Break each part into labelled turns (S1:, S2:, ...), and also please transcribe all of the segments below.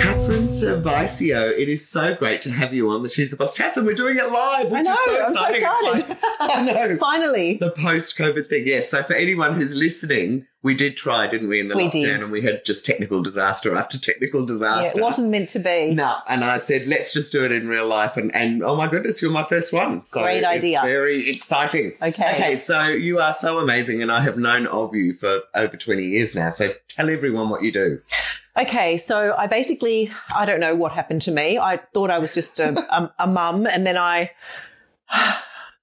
S1: Catherine Servicio, it is so great to have you on the She's the Boss Chats, and we're doing it live, which
S2: I know,
S1: is so
S2: I'm so
S1: exciting. It's
S2: excited.
S1: like- I know.
S2: Finally.
S1: The post COVID thing, yes. So for anyone who's listening, we did try, didn't we, in the
S2: We
S1: lockdown,
S2: did.
S1: and we had just technical disaster after technical
S2: Yeah,
S1: disaster.
S2: it wasn't meant to be.
S1: No, and I said, let's just do it in real life, and, and oh my goodness, you're my first one. So
S2: Great
S1: it's
S2: idea.
S1: Very exciting.
S2: Okay.
S1: Okay, so you are so amazing, and I have known of you for over twenty years now. So tell everyone what you do.
S2: Okay, so I basically, I don't know what happened to me. I thought I was just a, a, a mum, and then I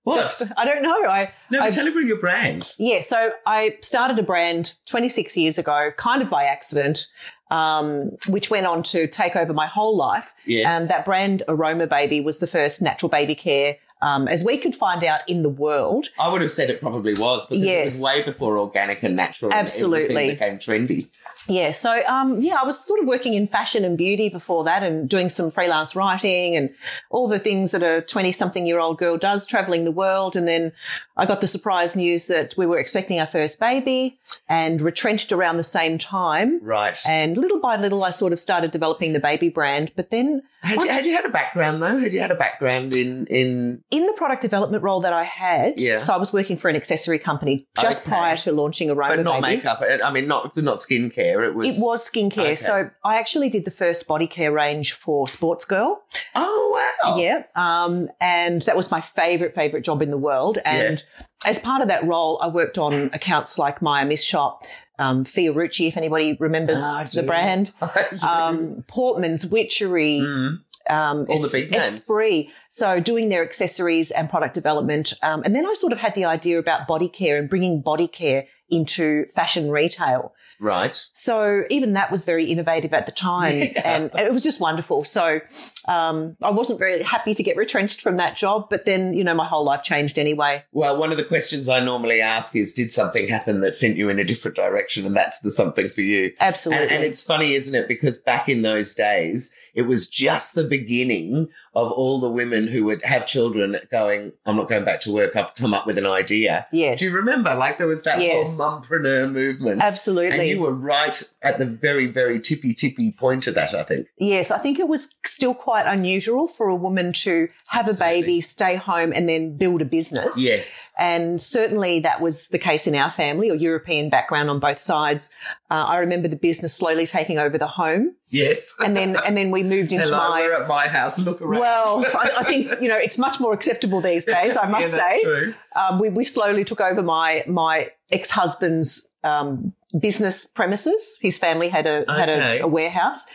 S1: What?
S2: just, I don't know. I
S1: no, but
S2: I-
S1: tell everyone your brand.
S2: Yeah, so I started a brand 26 years ago, kind of by accident, um, which went on to take over my whole life.
S1: Yes.
S2: Um, that brand, Aroma Baby, was the first natural baby care, um, as we could find out in the world.
S1: I would have said it probably was because it was
S2: Yes.
S1: way before organic and natural. and
S2: Absolutely.
S1: everything became trendy.
S2: Yeah, so um, yeah, I was sort of working in fashion and beauty before that and doing some freelance writing and all the things that a 20 something year old girl does, traveling the world. And then I got the surprise news that we were expecting our first baby and retrenched around the same time.
S1: Right.
S2: And little by little, I sort of started developing the baby brand. But then
S1: Had you,
S2: What's-
S1: had you had a background though? Had you had a background in in
S2: in the product development role that I had,
S1: Yeah.
S2: so I was working for an accessory company just
S1: Okay.
S2: prior to launching Aroma
S1: but not
S2: Baby.
S1: makeup? Uh, I mean, not not skincare. It was.
S2: It was skincare.
S1: Okay.
S2: So I actually did the first body care range for Sports Girl.
S1: Oh wow!
S2: Yeah. Um, and that was my favorite, favorite job in the world. And as part of that role, I worked on accounts like Maya Miss Shop, um, Fiorucci, if anybody remembers
S1: Ah, I Mm-hmm. do.
S2: the brand,
S1: um,
S2: um, Portman's Witchery, um,
S1: Mm. All the big names.
S2: Esprit. So doing their accessories and product development. Um, and then I sort of had the idea about body care and bringing body care into fashion retail.
S1: Right.
S2: So even that was very innovative at the time
S1: Yeah.
S2: and it was just wonderful. So, um, I wasn't very happy to get retrenched from that job, but then, you know, my whole life changed anyway.
S1: Well, one of the questions I normally ask is, did something happen that sent you in a different direction, and that's the something for you.
S2: Absolutely.
S1: And, and it's funny, isn't it? Because back in those days, it was just the beginning of all the women who would have children going, I'm not going back to work. I've come up with an idea.
S2: yes.
S1: Do you remember? Like there was that
S2: Yes.
S1: whole mumpreneur movement.
S2: Absolutely.
S1: And you were right at the very, very tippy, tippy point of that, I think.
S2: Yes, I think it was still quite unusual for a woman to have
S1: Absolutely.
S2: a baby, stay home, and then build a business.
S1: Yes.
S2: And certainly that was the case in our family or European background on both sides. Uh, I remember the business slowly taking over the home.
S1: Yes.
S2: And then, and then we moved into
S1: Hello,
S2: my.
S1: we're at my house. Look around.
S2: Well, I, I think, you know, it's much more acceptable these days, I must
S1: Yeah, that's
S2: say.
S1: true.
S2: Um, we, we slowly took over my, my ex husband's um, business premises. His family had a, had
S1: Okay.
S2: a, a warehouse.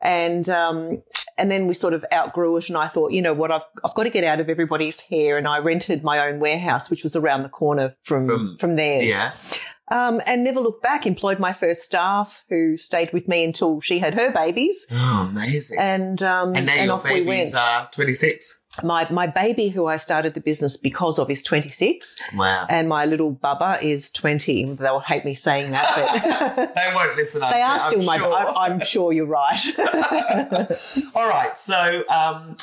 S2: And, um, and then we sort of outgrew it. And I thought, you know what, I've, I've got to get out of everybody's hair. And I rented my own warehouse, which was around the corner from,
S1: From-
S2: from, theirs.
S1: Yeah.
S2: Um, and never looked back, employed my first staff who stayed with me until she had her babies.
S1: Oh, amazing. And,
S2: And, um,
S1: now your
S2: off we went
S1: babies are 26.
S2: my my baby who I started the business because of is 26
S1: Wow.
S2: and my little bubba is 20 they'll hate me saying that but
S1: they won't listen.
S2: they
S1: I'm-
S2: are
S1: I'm
S2: still my
S1: sure.
S2: I, I'm sure you're right
S1: All right. So, um,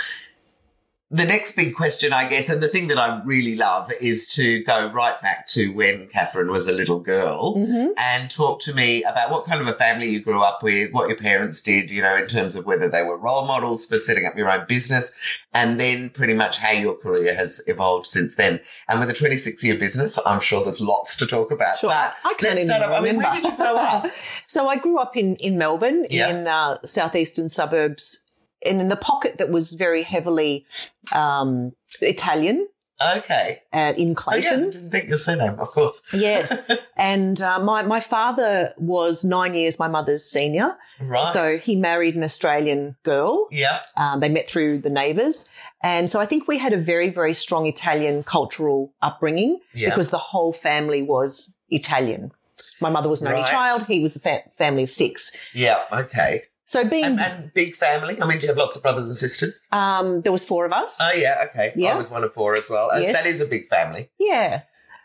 S1: the next big question, I guess, and the thing that I really love is to go right back to when Catherine was a little girl
S2: Mhm.
S1: and talk to me about what kind of a family you grew up with, what your parents did, you know, in terms of whether they were role models for setting up your own business, and then pretty much how your career has evolved since then. And with a 26 year business, I'm sure there's lots to talk about.
S2: Sure.
S1: But
S2: I can't
S1: let's
S2: even
S1: start off. I mean,
S2: remember.
S1: where did you grow up?
S2: so I grew up in in Melbourne
S1: Yeah.
S2: in uh, southeastern suburbs and in the pocket that was very heavily um, Italian
S1: Okay.
S2: uh,
S1: Oh,
S2: in
S1: yeah, I
S2: Clayton
S1: didn't think your surname, of course.
S2: yes and uh, my my father was 9 years my mother's senior
S1: Right.
S2: so he married an Australian girl
S1: yeah.
S2: Um, they met through the neighbours. And so I think we had a very, very strong Italian cultural upbringing
S1: Yeah.
S2: because the whole family was Italian. My mother was an
S1: Right.
S2: only child. He was a fa- family of six.
S1: yeah. Okay.
S2: So being,
S1: And, and big family. I mean, do you have lots of brothers and sisters?
S2: um, there was four of us.
S1: Oh, yeah. Okay. I
S2: Yeah.
S1: was one of four as well. Uh,
S2: Yes.
S1: That is a big family.
S2: yeah.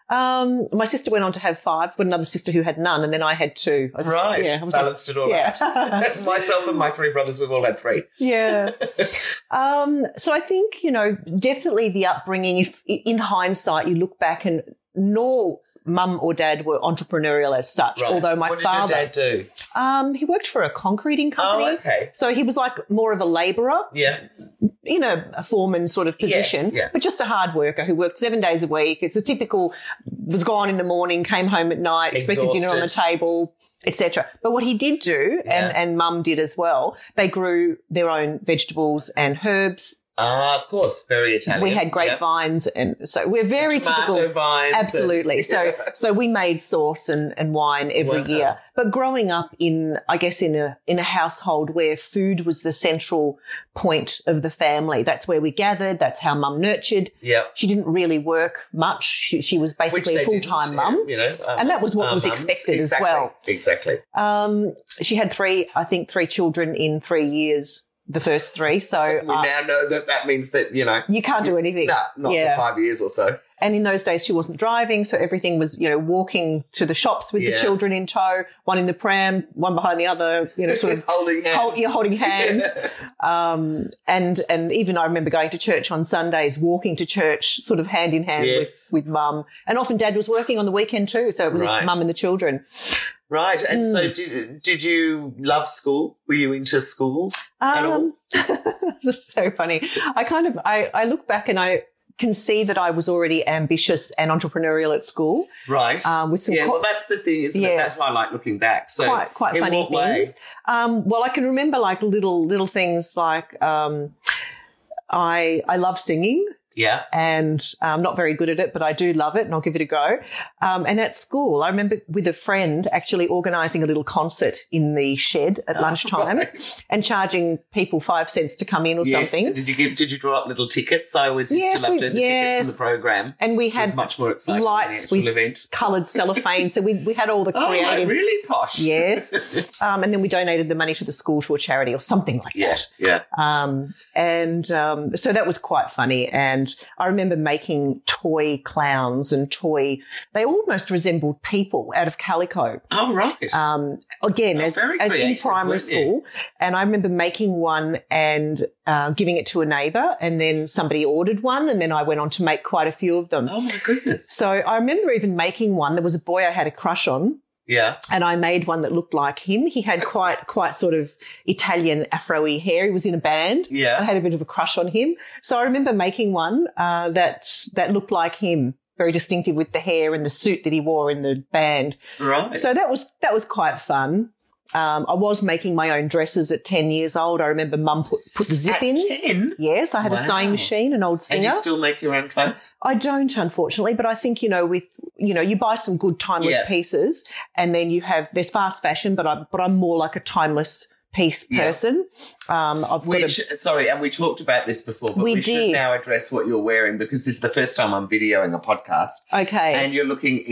S2: Um, my sister went on to have five, but another sister who had none, and then I had two. I was just-
S1: Right.
S2: Yeah. I was like,
S1: Balanced it all
S2: yeah.
S1: out. Myself and my three brothers, we've all had three.
S2: yeah. Um, so I think, you know, definitely the upbringing, if in hindsight, you look back and nor mum or dad were entrepreneurial as such,
S1: Right.
S2: although my
S1: what
S2: father,
S1: did your dad do?
S2: um, he worked for a concreting company.
S1: Oh, okay.
S2: So he was like more of a labourer
S1: Yeah.
S2: in a, a foreman sort of position,
S1: yeah.
S2: but just a hard worker who worked seven days a week. It's a typical was gone in the morning, came home at night, expected dinner on the
S1: Exhausted.
S2: table, etc. But what he did do,
S1: Yeah.
S2: and and Mum did as well, they grew their own vegetables and herbs.
S1: Ah, of course. Very Italian.
S2: we had grapevines, and so we're very
S1: Tomato
S2: typical.
S1: vines. and-
S2: Absolutely. So, so we made sauce and, and wine every
S1: Wow.
S2: year. But growing up in, I guess, in a in a household where food was the central point of the family. That's where we gathered. That's how Mum nurtured.
S1: yeah.
S2: She didn't really work much. She, she was basically a
S1: they
S2: full
S1: didn't,
S2: time
S1: yeah,
S2: mum.
S1: You know, um,
S2: And that was what
S1: our
S2: was
S1: mums.
S2: expected as
S1: Exactly,
S2: well.
S1: Exactly.
S2: Um, she had three, I think, three children in three years. The first three. So
S1: We
S2: uh,
S1: now know that that means that you know,
S2: you can't do anything.
S1: nah, not
S2: Yeah.
S1: for five years or so.
S2: And in those days, she wasn't driving, so everything was, you know, walking to the shops with
S1: Yeah.
S2: the children in tow, one in the pram, one behind the other, you know, sort of
S1: holding hands.
S2: hold, you're holding hands.
S1: Yeah.
S2: Um, and and even I remember going to church on Sundays, walking to church, sort of hand in hand
S1: Yes.
S2: with with mum, and often dad was working on the weekend too, so it was
S1: Right.
S2: just mum and the children.
S1: Right. And
S2: Mm.
S1: so, did, did you love school? Were you into school? At all?
S2: Um, that's so funny. I kind of I, I look back and I can see that I was already ambitious and entrepreneurial at school
S1: Right.
S2: um, with some
S1: yeah.
S2: co-
S1: Well, that's the thing, isn't it?
S2: Yes.
S1: That's why I like looking back. So,
S2: quite quite
S1: in
S2: funny
S1: what way?
S2: things. Um, well, I can remember like little little things like um, I I love singing
S1: yeah.
S2: and I'm not very good at it, but I do love it and I'll give it a go. Um, and at school, I remember with a friend actually organising a little concert in the shed
S1: Oh,
S2: at lunchtime and charging people five cents to come in or
S1: Yes.
S2: something.
S1: Did you give, did you draw up little tickets? I always used
S2: Yes,
S1: to love
S2: we-
S1: doing the tickets in
S2: yes.
S1: the program.
S2: And we
S1: It was
S2: had
S1: much more exciting
S2: lights
S1: than the
S2: with
S1: actual event.
S2: coloured cellophane, so we we had all the
S1: Oh,
S2: creative.
S1: like, really posh.
S2: Yes, um, and then we donated the money to the school to a charity or something like
S1: Yeah.
S2: that.
S1: Yeah.
S2: Um, and um, so that was quite funny. And I remember making toy clowns and toy, they almost resembled people out of calico.
S1: Oh, right.
S2: Um, again,
S1: Oh,
S2: as,
S1: very
S2: as in
S1: creative,
S2: primary
S1: weren't you?
S2: school. And I remember making one and uh, giving it to a neighbor. And then somebody ordered one. And then I went on to make quite a few of them.
S1: oh, my goodness.
S2: So I remember even making one. There was a boy I had a crush on
S1: Yeah.
S2: and I made one that looked like him. He had quite, quite sort of Italian afro-y hair. He was in a band. I
S1: Yeah.
S2: had a bit of a crush on him. So I remember making one uh, that that looked like him, very distinctive with the hair and the suit that he wore in the band.
S1: Right.
S2: uh, So that was that was quite fun. Um, I was making my own dresses at ten years old. I remember Mum put put the zip
S1: At
S2: in.
S1: 10?
S2: Yes, I had a
S1: Wow.
S2: sewing machine, an old
S1: And
S2: Singer.
S1: you still make your own clothes?
S2: I don't, unfortunately, but I think you know, with you know, you buy some good timeless
S1: Yeah.
S2: pieces, and then you have there's fast fashion, but I but I'm more like a timeless piece
S1: Yeah.
S2: person. Um, I've got a
S1: Which, sorry, and we talked about this before, but we,
S2: We
S1: should
S2: did.
S1: now address what you're wearing because this is the first time I'm videoing a podcast
S2: okay.
S1: and you're looking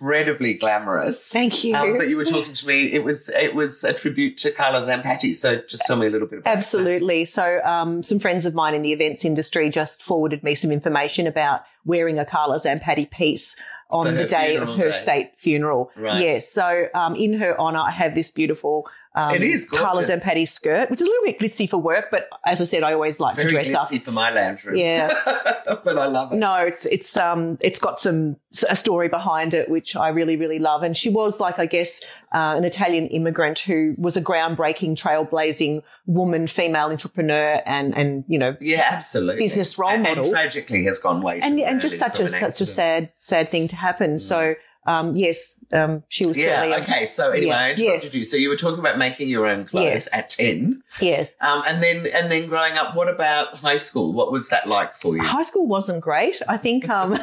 S1: incredibly glamorous.
S2: Thank you.
S1: Um, but you were talking to me, it was it was a tribute to Carla Zampatti, so just tell me a little bit about that.
S2: Absolutely. So, um, some friends of mine in the events industry just forwarded me some information about wearing a Carla Zampatti piece
S1: For
S2: on
S1: her
S2: the day of
S1: funeral
S2: her
S1: day.
S2: state funeral.
S1: Right.
S2: Yes. So, um, in her honor, I have this beautiful. Um,
S1: It is
S2: Carla
S1: gorgeous.
S2: Zampatti skirt, which is a little bit glitzy for work, but as I said, I always like
S1: Very
S2: to dress up.
S1: glitzy for my lounge room.
S2: Yeah.
S1: but I love it.
S2: No, it's it's um it's got some a story behind it which I really really love. And she was like I guess uh, an Italian immigrant who was a groundbreaking, trailblazing woman, female entrepreneur, and and you know
S1: Yeah, absolutely.
S2: business role
S1: and,
S2: model.
S1: And tragically has gone way
S2: and
S1: too
S2: and just
S1: early
S2: such
S1: from
S2: a
S1: an
S2: such a
S1: accident. Mm.
S2: sad sad thing to happen. So um yes, um she was
S1: Yeah,
S2: certainly
S1: okay. So anyway,
S2: Yeah,
S1: I interrupted
S2: yes.
S1: you. So you were talking about making your own clothes
S2: Yes.
S1: at 10.
S2: yes.
S1: Um, and then and then growing up, what about high school? What was that like for you?
S2: High school wasn't great. I think um,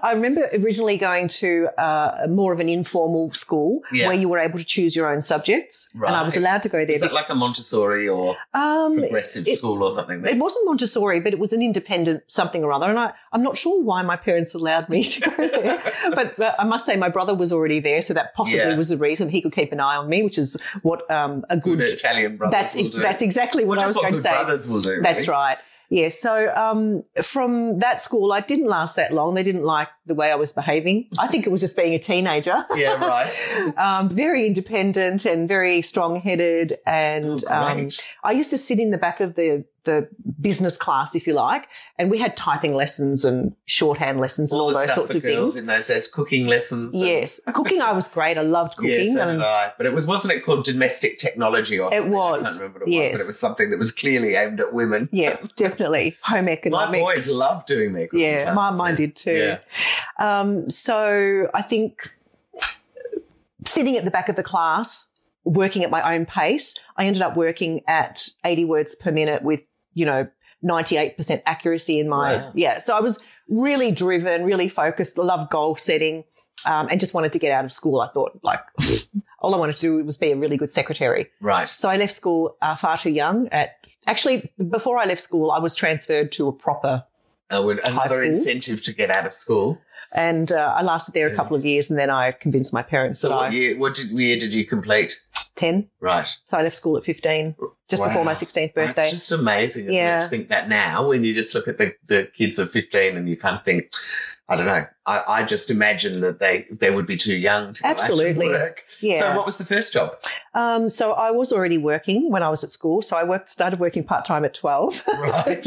S2: I remember originally going to uh, more of an informal school
S1: Yeah.
S2: where you were able to choose your own subjects, and I was
S1: Right.
S2: allowed to go there.
S1: Is that like a Montessori or
S2: um,
S1: progressive
S2: it-
S1: school or something?
S2: It wasn't Montessori, but it was an independent something or other. And I, I'm not sure why my parents allowed me to go there. but, but I must say, my brother was already there. So that possibly
S1: Yeah.
S2: was the reason he could keep an eye on me, which is what um, a
S1: good
S2: good.
S1: Italian brothers
S2: That's,
S1: will do.
S2: that's exactly what
S1: Well,
S2: I
S1: just
S2: was
S1: what
S2: going to
S1: good
S2: say.
S1: brothers will do.
S2: That's
S1: really.
S2: right. Yeah. So um, from that school, I didn't last that long. They didn't like the way I was behaving. I think it was just being a teenager.
S1: Yeah, right.
S2: um, very independent and very strong headed. And
S1: Oh,
S2: um,
S1: great.
S2: I used to sit in the back of the the business class, if you like, and we had typing lessons and shorthand lessons and all,
S1: the
S2: those
S1: stuff
S2: sorts
S1: for
S2: of
S1: girls
S2: things.
S1: in those days, cooking lessons. and-
S2: Yes, cooking I was great. I loved cooking.
S1: Yes, so
S2: and-
S1: did I. But it was wasn't it called domestic technology or
S2: It
S1: something?
S2: was,
S1: I can't remember what it was,
S2: yes.
S1: but it was something that was clearly aimed at women.
S2: yeah, definitely home
S1: My
S2: economics.
S1: boys love doing their cooking
S2: yeah, my
S1: classes,
S2: mine
S1: yeah.
S2: did too. Um, so I think sitting at the back of the class, working at my own pace, I ended up working at 80 words per minute with, you know, 98% accuracy in my,
S1: Wow.
S2: yeah. So I was really driven, really focused, loved goal setting, um, and just wanted to get out of school. I thought, like, all I wanted to do was be a really good secretary.
S1: Right.
S2: So I left school uh, far too young. At actually, before I left school, I was transferred to a proper
S1: I Uh, would, another
S2: school.
S1: incentive to get out of school.
S2: and uh, I lasted there a couple of years, and then I convinced my parents
S1: So
S2: that
S1: what
S2: I
S1: year what did, year did you complete?
S2: ten,
S1: Right.
S2: so I left school at fifteen, just
S1: Wow.
S2: before my sixteenth birthday.
S1: That's just amazing isn't
S2: Yeah.
S1: it, to think that now when you just look at the, the kids of 15 and you kind of think, I don't know. I, I just imagine that they, they would be too young to go out and
S2: Absolutely.
S1: work.
S2: yeah.
S1: So what was the first job?
S2: um, so I was already working when I was at school. So I worked, started working part time at twelve.
S1: Right.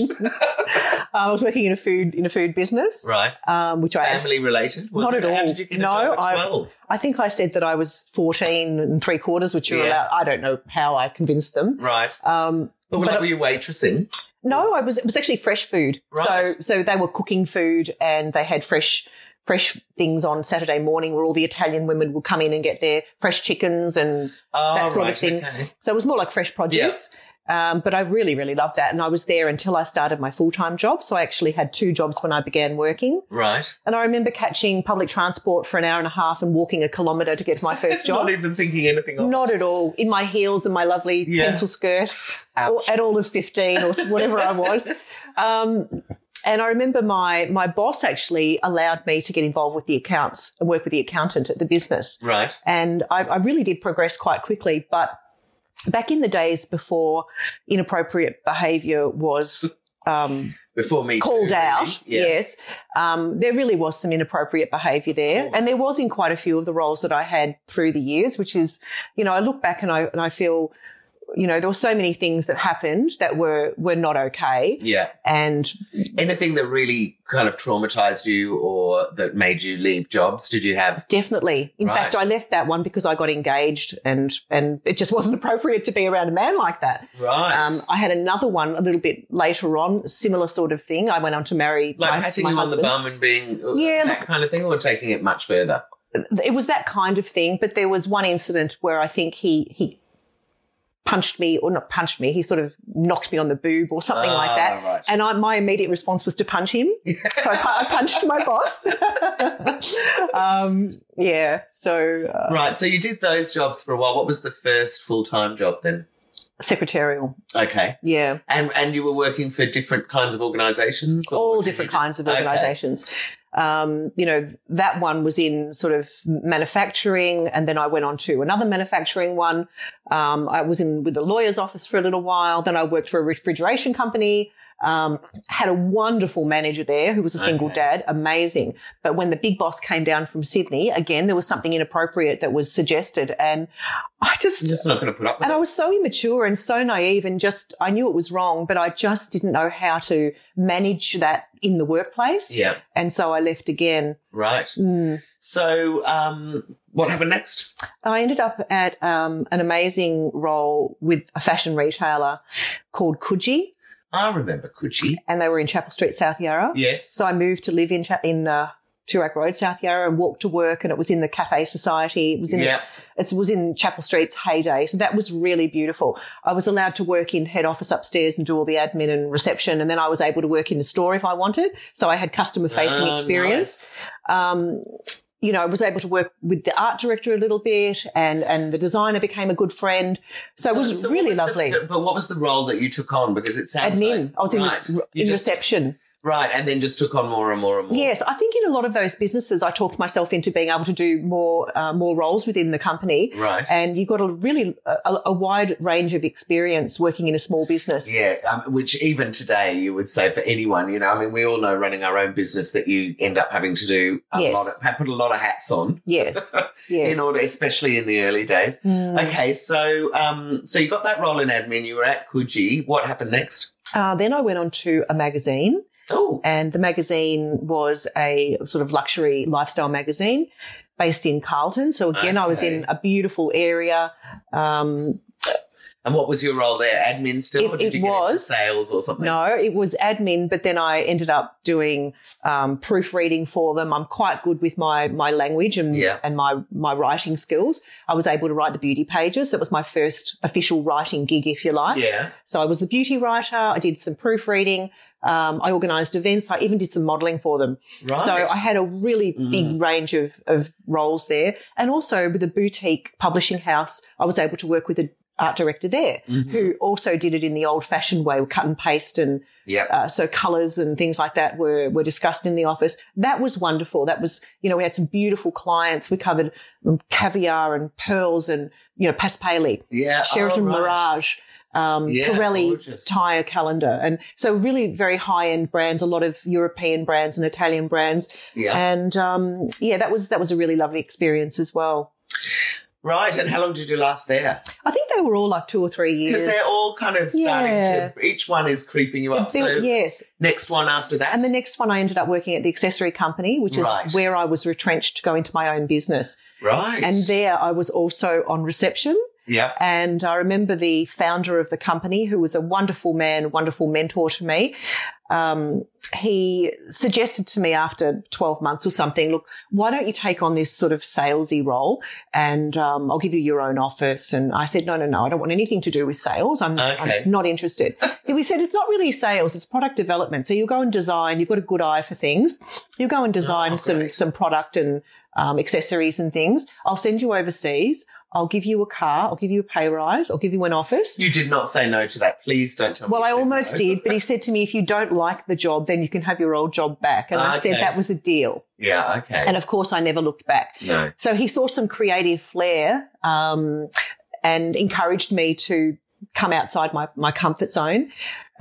S2: I was working in a food in a food business,
S1: right.
S2: um, which I
S1: Family related? Was
S2: Not
S1: it?
S2: at
S1: How
S2: all.
S1: did you get a
S2: No,
S1: job at
S2: I-
S1: 12?
S2: I think I said that I was fourteen and three quarters, which you're
S1: Yeah.
S2: allowed. I don't know how I convinced them.
S1: Right.
S2: Um,
S1: But,
S2: But-
S1: like, were you waitressing?
S2: No, I was. It was actually fresh food.
S1: Right.
S2: So, so they were cooking food, and they had fresh, fresh things on Saturday morning, where all the Italian women would come in and get their fresh chickens, and
S1: Oh,
S2: That sort of thing.
S1: okay.
S2: so it was more like fresh produce. Um, but I really, really loved that, and I was there until I started my full time job. So I actually had two jobs when I began working,
S1: Right.
S2: and I remember catching public transport for an hour and a half and walking a kilometre to get to my first job.
S1: Not even thinking anything of
S2: Not at all. In my heels and my lovely
S1: Yeah.
S2: pencil skirt, or at all of 15 or whatever I was. Um, and I remember my, my boss actually allowed me to get involved with the accounts and work with the accountant at the business.
S1: Right.
S2: And I, I really did progress quite quickly. But back in the days before inappropriate behavior was um,
S1: Before me.
S2: called
S1: too,
S2: out,
S1: really. Yeah.
S2: yes, um, there really was some inappropriate behavior there.
S1: course.
S2: And there was in quite a few of the roles that I had through the years, which is, you know, I look back and I, and I feel, you know, there were so many things that happened that were, were not okay.
S1: Yeah.
S2: And
S1: Anything that really kind of traumatized you or that made you leave jobs? Did you have?
S2: definitely, in
S1: Right.
S2: fact, I left that one because I got engaged and, and it just wasn't appropriate to be around a man like that.
S1: Right.
S2: Um, I had another one a little bit later on, similar sort of thing. I went on to marry
S1: like
S2: my,
S1: patting
S2: my
S1: him
S2: husband.
S1: on the bum and being uh,
S2: Yeah,
S1: that kind of thing, or taking it much further.
S2: it was that kind of thing. But there was one incident where I think he he punched me, or not punched me. He sort of knocked me on the boob or something like
S1: Ah,
S2: that.
S1: Right.
S2: And I, my immediate response was to punch him. So I, pu- I punched my boss. um, yeah. So uh,
S1: right. So you did those jobs for a while. What was the first full time job then?
S2: secretarial.
S1: Okay.
S2: Yeah.
S1: And and you were working for different kinds of organisations. or
S2: all
S1: what did
S2: different
S1: you do?
S2: kinds of
S1: Okay.
S2: organizations. Um, you know, that one was in sort of manufacturing, and then I went on to another manufacturing one. Um, I was in with the lawyer's office for a little while. Then I worked for a refrigeration company. Um, had a wonderful manager there who was a single
S1: Okay.
S2: dad, amazing. But when the big boss came down from Sydney, again, there was something inappropriate that was suggested. And I just,
S1: I'm just not going to put up with
S2: and I was so immature and so naive and just, I knew it was wrong, but I just didn't know how to manage that in the workplace.
S1: it. Yeah.
S2: And so I left again.
S1: Right.
S2: Mm.
S1: So um, what happened next?
S2: I ended up at um, an amazing role with a fashion retailer called Coogee,
S1: I remember Coogee.
S2: and they were in Chapel Street, South Yarra.
S1: Yes.
S2: So I moved to live in, Cha- in uh, Toorak Road, South Yarra, and walked to work, and it was in the Cafe Society. It was in the
S1: Yeah.
S2: it was in Chapel Street's heyday. So that was really beautiful. I was allowed to work in head office upstairs and do all the admin and reception. And then I was able to work in the store if I wanted. So I had customer facing
S1: Ah,
S2: experience. Um, you know, I was able to work with the art director a little bit and, and the designer became a good friend. So, it was
S1: so what
S2: really
S1: the-
S2: lovely.
S1: but what was the role that you took on? Because it sounds
S2: Admin.
S1: like-
S2: I was in,
S1: Right.
S2: rec-
S1: You
S2: in
S1: just-
S2: reception.
S1: Right, and then just took on more and more and more.
S2: Yes, I think in a lot of those businesses, I talked myself into being able to do more uh, more roles within the company.
S1: Right.
S2: and you got a really a, a wide range of experience working in a small business.
S1: Yeah, um, which even today you would say for anyone, you know, I mean, we all know running our own business that you end up having to do a
S2: Yes.
S1: lot of, have put a lot of hats on
S2: Yes, yes.
S1: in order, especially in the early days.
S2: Mm.
S1: Okay, so um, so you got that role in admin. You were at Coogee. What happened next?
S2: Uh, then I went on to a magazine,
S1: Oh,
S2: and the magazine was a sort of luxury lifestyle magazine based in Carlton. So again, I was
S1: Okay.
S2: in a beautiful area. Um,
S1: and what was your role there? Admin still,
S2: It-
S1: or did
S2: it
S1: you get into
S2: was.
S1: sales or something?
S2: No, it was admin, but then I ended up doing um, proofreading for them. I'm quite good with my my language and
S1: Yeah.
S2: and my my writing skills. I was able to write the beauty pages. It was my first official writing gig, if you like.
S1: Yeah.
S2: So I was the beauty writer. I did some proofreading. Um, I organised events. I even did some modelling for them.
S1: Right.
S2: So I had a really
S1: Mm.
S2: big range of, of roles there. And also with a boutique publishing house, I was able to work with an art director there
S1: Mhm.
S2: who also did it in the old fashioned way, cut and paste and
S1: Yep.
S2: uh, so colors and things like that were, were discussed in the office. That was wonderful. That was, you know, we had some beautiful clients. We covered um, caviar and pearls and, you know, Paspaley,
S1: Yeah.
S2: Sheraton
S1: Uh, oh, right.
S2: Mirage, um,
S1: Yeah,
S2: Pirelli
S1: gorgeous.
S2: tire calendar. And so really very high end brands, a lot of European brands and Italian brands.
S1: Yeah.
S2: And, um, yeah, that was, that was a really lovely experience as well.
S1: Right. And how long did you last there?
S2: I think they were all like two or three years.
S1: Because they're all kind of starting
S2: Yeah.
S1: to. Each one is creeping you up.
S2: They-
S1: So
S2: yes,
S1: next one after that.
S2: And the next one, I ended up working at the accessory company, which is
S1: Right.
S2: where I was retrenched to go into my own business.
S1: right.
S2: And there I was also on reception.
S1: yeah.
S2: And I remember the founder of the company, who was a wonderful man, a wonderful mentor to me. Um, he suggested to me after 12 months or something, look, why don't you take on this sort of salesy role and um, I'll give you your own office? And I said, no, no, no, I don't want anything to do with sales. I'm,
S1: Okay.
S2: I'm not interested. And we said, it's not really sales, it's product development. So you'll go and design, you've got a good eye for things. You'll go and design
S1: Oh,
S2: some,
S1: great.
S2: some product and um, accessories and things. I'll send you overseas. I'll give you a car. I'll give you a pay rise. I'll give you an office.
S1: You did not say no to that. Please don't tell me.
S2: Well,
S1: you
S2: I
S1: said
S2: almost
S1: no.
S2: did, but he said to me, if you don't like the job, then you can have your old job back. And I
S1: Ah,
S2: said
S1: okay.
S2: that was a deal.
S1: Yeah. Okay.
S2: And of course, I never looked back.
S1: no.
S2: So he saw some creative flair um, and encouraged me to come outside my, my comfort zone.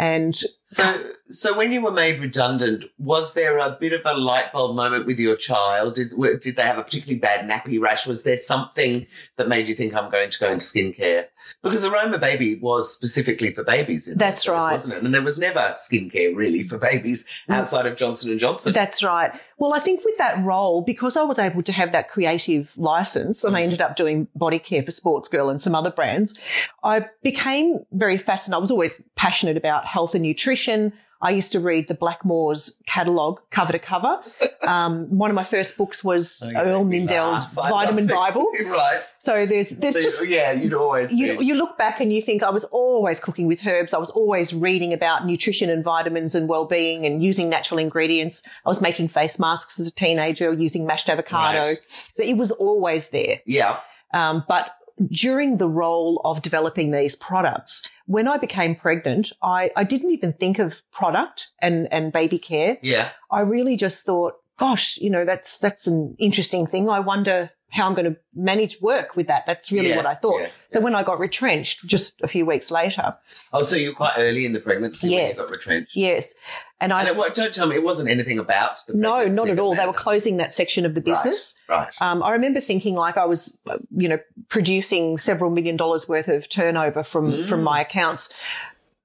S2: And
S1: So, so when you were made redundant, was there a bit of a light bulb moment with your child? Did were- did they have a particularly bad nappy rash? Was there something that made you think I'm going to go into skincare? Because Aroma Baby was specifically for babies. In those
S2: That's
S1: days,
S2: right. Mm.
S1: wasn't it? And there was never skincare really for babies outside of Johnson and Johnson.
S2: That's right. Well, I think with that role, because I was able to have that creative license
S1: Mm.
S2: and I ended up doing body care for Sports Girl and some other brands, I became very fascinated. I was always passionate about health and nutrition. I used to read the Blackmores catalogue cover to cover. Um, one of my first books was
S1: Oh, you
S2: Earl
S1: made me
S2: Mindell's
S1: laugh. I
S2: Vitamin
S1: love
S2: Bible.
S1: it. right?
S2: So there's there's
S1: So,
S2: just
S1: yeah, you'd always
S2: you,
S1: be-
S2: you look back and you think I was always cooking with herbs. I was always reading about nutrition and vitamins and well-being and using natural ingredients. I was making face masks as a teenager, using mashed avocado.
S1: Right.
S2: So it was always there.
S1: yeah.
S2: Um, but during the role of developing these products, when I became pregnant, I, I didn't even think of product and, and baby care.
S1: Yeah.
S2: I really just thought, gosh, you know, that's that's an interesting thing. I wonder how I'm going to manage work with that. That's really
S1: Yeah,
S2: what I thought.
S1: yeah.
S2: So when I got retrenched just a few weeks later,
S1: Oh, so you're quite early in the pregnancy when you
S2: Yes.
S1: got retrenched.
S2: yes, and I
S1: And it, wa- don't tell me it wasn't anything about the
S2: no,
S1: pregnancy
S2: not at
S1: that
S2: all. They were
S1: mattered.
S2: closing that section of the business.
S1: Right.
S2: Um, I remember thinking like I was, uh, you know, producing several million dollars worth of turnover from
S1: Mm.
S2: from my accounts,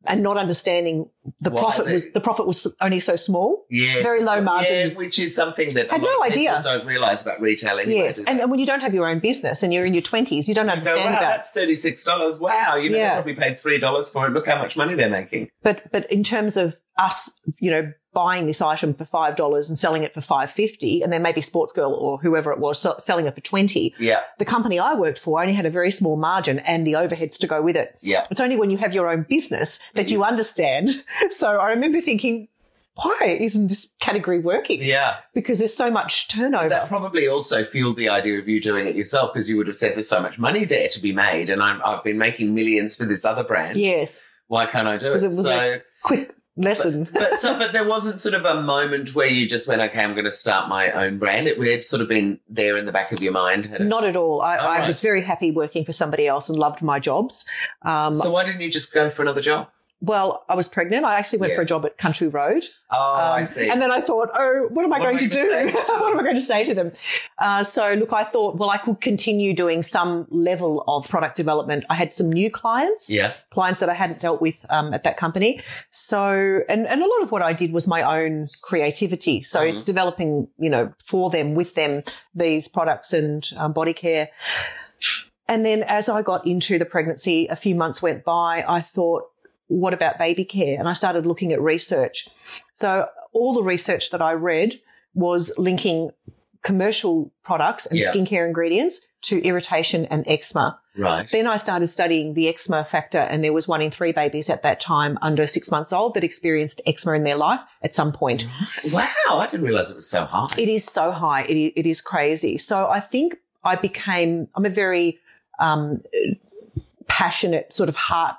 S2: and not understanding the
S1: Why
S2: profit
S1: they-
S2: was the profit was only so small.
S1: Yes.
S2: Very low margin.
S1: Yeah, which is something that
S2: I had
S1: a lot
S2: no
S1: of people
S2: idea.
S1: don't realise about retail anyway.
S2: yes,
S1: do
S2: and,
S1: they?
S2: and when you don't have your own business and you're in your twenties, you don't
S1: You go,
S2: understand
S1: wow,
S2: about
S1: that's thirty six dollars. Wow, you know
S2: Yeah.
S1: they probably paid three dollars for it. Look how much money they're making.
S2: but but in terms of us, you know, buying this item for five dollars and selling it for five fifty, and then maybe Sports Girl or whoever it was sell- selling it for twenty.
S1: Yeah,
S2: The company I worked for only had a very small margin and the overheads to go with it.
S1: yeah.
S2: It's only when you have your own business that you understand. So I remember thinking, why isn't this category working?
S1: Yeah,
S2: Because there's so much turnover.
S1: that probably also fueled the idea of you doing it yourself because you would have said there's so much money there to be made, and I'm, I've been making millions for this other brand.
S2: yes,
S1: Why can't I do it?
S2: Was it- was
S1: so
S2: quick lesson.
S1: But so, but there wasn't sort of a moment where you just went, okay, I'm going to start my own brand. It had sort of been there in the back of your mind. had it?
S2: Not at all. I,
S1: All
S2: I
S1: right.
S2: was very happy working for somebody else and loved my jobs. Um,
S1: so why didn't you just go for another job?
S2: well, I was pregnant. I actually went
S1: Yeah.
S2: for a job at Country Road.
S1: Oh, I
S2: Um,
S1: see.
S2: And then I thought, oh, what am I
S1: What am
S2: going
S1: I
S2: to do?
S1: gonna say?
S2: what am I going to say to them? Uh, so, look, I thought, well, I could continue doing some level of product development. I had some new clients,
S1: yeah.
S2: clients that I hadn't dealt with um, at that company. So, and, and a lot of what I did was my own creativity. So
S1: Mhm.
S2: it's developing, you know, for them, with them, these products and um, body care. And then as I got into the pregnancy, a few months went by, I thought, what about baby care? And I started looking at research. So all the research that I read was linking commercial products and
S1: Yeah.
S2: skincare ingredients to irritation and eczema.
S1: Right.
S2: Then I started studying the eczema factor, and there was one in three babies at that time under six months old that experienced eczema in their life at some point.
S1: Wow, I didn't realize it was so high.
S2: It is so high, it is, it is crazy. So I think I became, I'm a very um, passionate, sort of heart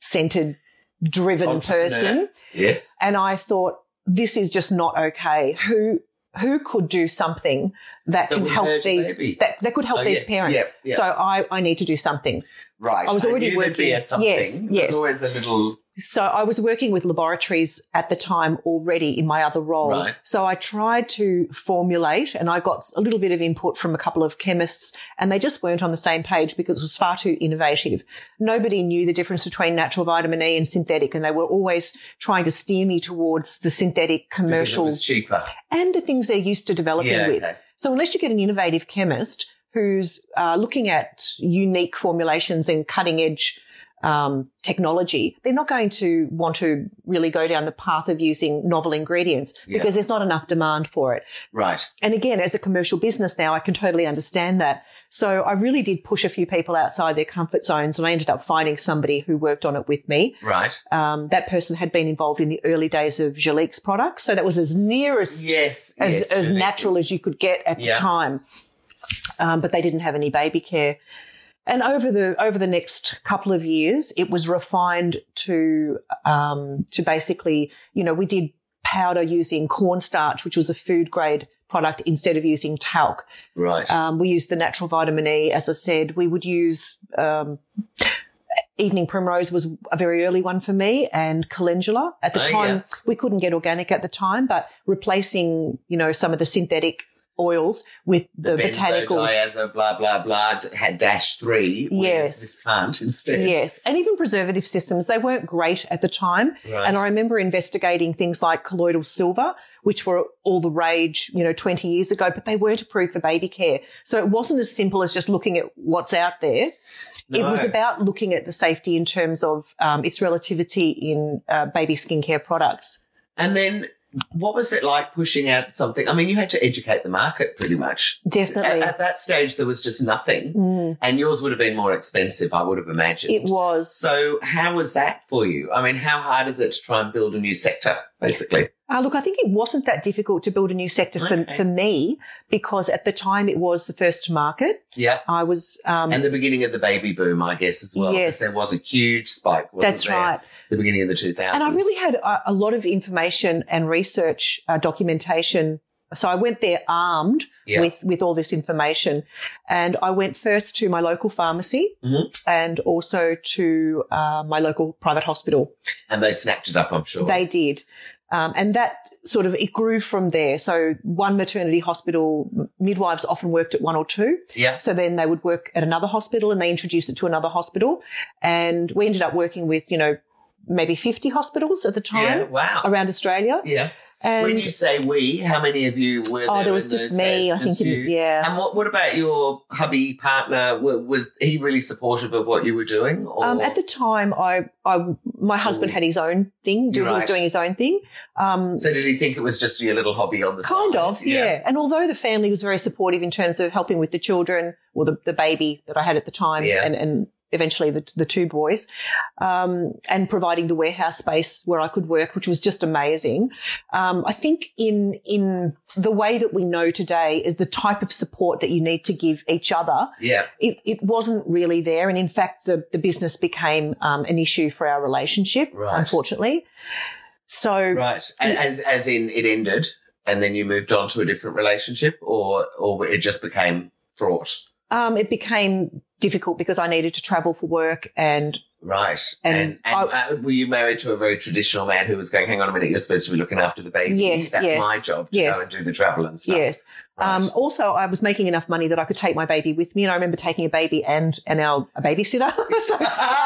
S2: centered, driven
S1: Entrepreneur.
S2: person.
S1: Yes.
S2: And I thought, this is just not okay. Who who could do something that,
S1: That
S2: can
S1: would
S2: help
S1: merge a
S2: these
S1: baby.
S2: that, that could help
S1: Oh,
S2: these
S1: yeah,
S2: parents?
S1: yeah, yeah.
S2: So I, I need to do something.
S1: Right.
S2: I was already
S1: knew there'd be
S2: working-
S1: a something.
S2: yes, yes.
S1: There's always a little.
S2: So I was working with laboratories at the time already in my other role.
S1: Right.
S2: So I tried to formulate and I got a little bit of input from a couple of chemists and they just weren't on the same page because it was far too innovative. Nobody knew the difference between natural vitamin E and synthetic and they were always trying to steer me towards the synthetic
S1: because It
S2: commercial
S1: was cheaper.
S2: and the things they're used to developing
S1: Yeah.
S2: with.
S1: Okay.
S2: So unless you get an innovative chemist who's uh, looking at unique formulations and cutting edge um, technology, they're not going to want to really go down the path of using novel ingredients
S1: Yeah.
S2: because there's not enough demand for it.
S1: Right.
S2: And again, as a commercial business now, I can totally understand that. So I really did push a few people outside their comfort zones and I ended up finding somebody who worked on it with me.
S1: Right.
S2: Um, that person had been involved in the early days of Jalique's products. So that was as nearest
S1: Yes.
S2: as,
S1: yes,
S2: as
S1: it
S2: natural
S1: is.
S2: as you could get at
S1: Yeah.
S2: the time. Um, but they didn't have any baby care. And over the over the next couple of years, it was refined to um, to basically, you know, we did powder using cornstarch, which was a food grade product, instead of using talc.
S1: Right.
S2: Um, we used the natural vitamin E, as I said. We would use um, evening primrose was a very early one for me, and calendula. At the
S1: Oh,
S2: time,
S1: yeah.
S2: we couldn't get organic at the time, but replacing you know some of the synthetic oils with the, botanicals.
S1: benzodiazo, blah blah blah, d- had dash three. with
S2: Yes.
S1: this plant instead.
S2: Yes, and even preservative systems, they weren't great at the time.
S1: Right.
S2: And I remember investigating things like colloidal silver, which were all the rage, you know, 20 years ago, but they weren't approved for baby care. So it wasn't as simple as just looking at what's out there. It was
S1: No.
S2: about looking at the safety in terms of um, its relativity in uh, baby skincare products.
S1: And then, what was it like pushing out something? I mean, you had to educate the market pretty much. At,
S2: Definitely.
S1: at that stage, there was just nothing,
S2: Mm,
S1: and yours would have been more expensive, I would have imagined.
S2: it was.
S1: So, how was that for you? I mean, how hard is it to try and build a new sector, basically?
S2: Uh, look, I think it wasn't that difficult to build a new sector for,
S1: Okay.
S2: for me because at the time it was the first to market.
S1: Yeah.
S2: I was. Um,
S1: And the beginning of the baby boom, I guess, as well. because
S2: Yes.
S1: There was a huge spike, wasn't
S2: that's
S1: there?
S2: right.
S1: The beginning of the 2000s.
S2: And I really had a, a lot of information and research uh, documentation. So I went there armed
S1: Yeah.
S2: with, with all this information. And I went first to my local pharmacy
S1: Mhm.
S2: and also to uh, my local private hospital.
S1: and they snapped it up, I'm sure.
S2: They did. Um, and that sort of, it grew from there. So one maternity hospital, m- midwives often worked at one or two.
S1: yeah.
S2: So then they would work at another hospital and they introduced it to another hospital. And we ended up working with, you know, maybe 50 hospitals at the time
S1: Yeah. Wow.
S2: around Australia.
S1: Yeah. when
S2: And
S1: you say we, how many of you were there?
S2: oh, there was
S1: in
S2: just
S1: those
S2: me,
S1: days?
S2: I
S1: Just
S2: think. in-
S1: you?
S2: yeah.
S1: And what, what about your hubby partner? Wa- Was he really supportive of what you were doing? Or
S2: Um, at the time, I, I, my husband
S1: Or-
S2: had his own thing. Doing, he was
S1: Right.
S2: doing his own thing. Um,
S1: so did he think it was just your little hobby on the
S2: kind
S1: side?
S2: of, yeah. And although the family was very supportive in terms of helping with the children or the, the baby that I had at the time,
S1: Yeah.
S2: and, and eventually the, the two boys, um, and providing the warehouse space where I could work, which was just amazing. Um, I think in in the way that we know today is the type of support that you need to give each other
S1: Yeah.
S2: it, it wasn't really there. And in fact, the, the business became um, an issue for our relationship,
S1: Right.
S2: unfortunately. So
S1: Right. A- As as in it ended and then you moved on to a different relationship or or it just became fraught.
S2: um, it became difficult because I needed to travel for work and
S1: Ah, Right. And,
S2: And
S1: and, uh, were you married to a very traditional man who was going, hang on a minute, you're supposed to be looking after the baby.
S2: Yes,
S1: That's
S2: yes,
S1: my job to go
S2: yes.
S1: and do the travel and stuff.
S2: yes.
S1: Right.
S2: Um, also, I was making enough money that I could take my baby with me, and I remember taking a baby and and our a babysitter. so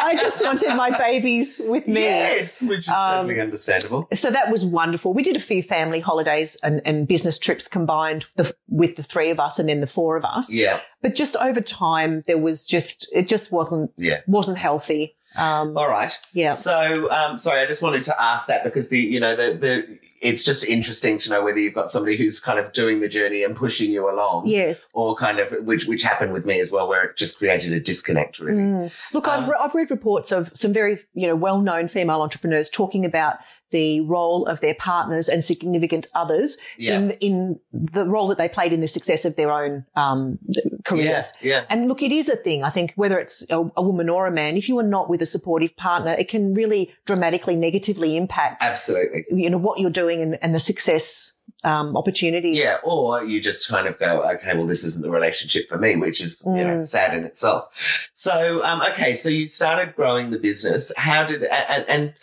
S2: I just wanted my babies with me.
S1: Yes, which is
S2: Um,
S1: totally understandable.
S2: So that was wonderful. We did a few family holidays and, and business trips combined the, with the three of us and then the four of us.
S1: Yeah.
S2: But just over time, there was just it just wasn't
S1: Yeah.
S2: wasn't healthy. Um,
S1: All right.
S2: yeah.
S1: So, um, sorry, I just wanted to ask that because the, you know, the, the, it's just interesting to know whether you've got somebody who's kind of doing the journey and pushing you along.
S2: Yes.
S1: Or kind of, which, which happened with me as well, where it just created a disconnect really.
S2: Mm. Look, I've,
S1: Um,
S2: re- I've read reports of some very, you know, well-known female entrepreneurs talking about the role of their partners and significant others
S1: Yeah.
S2: in in the role that they played in the success of their own um, careers.
S1: yeah. Yeah.
S2: And look, it is a thing. I think whether it's a, a woman or a man, if you are not with a supportive partner, it can really dramatically negatively impact,
S1: Absolutely.
S2: you know, what you're doing and, and the success um, opportunities.
S1: Yeah, or you just kind of go, okay, well, this isn't the relationship for me, which is you know
S2: Mm.
S1: sad in itself. So, um, okay, so you started growing the business. How did and, and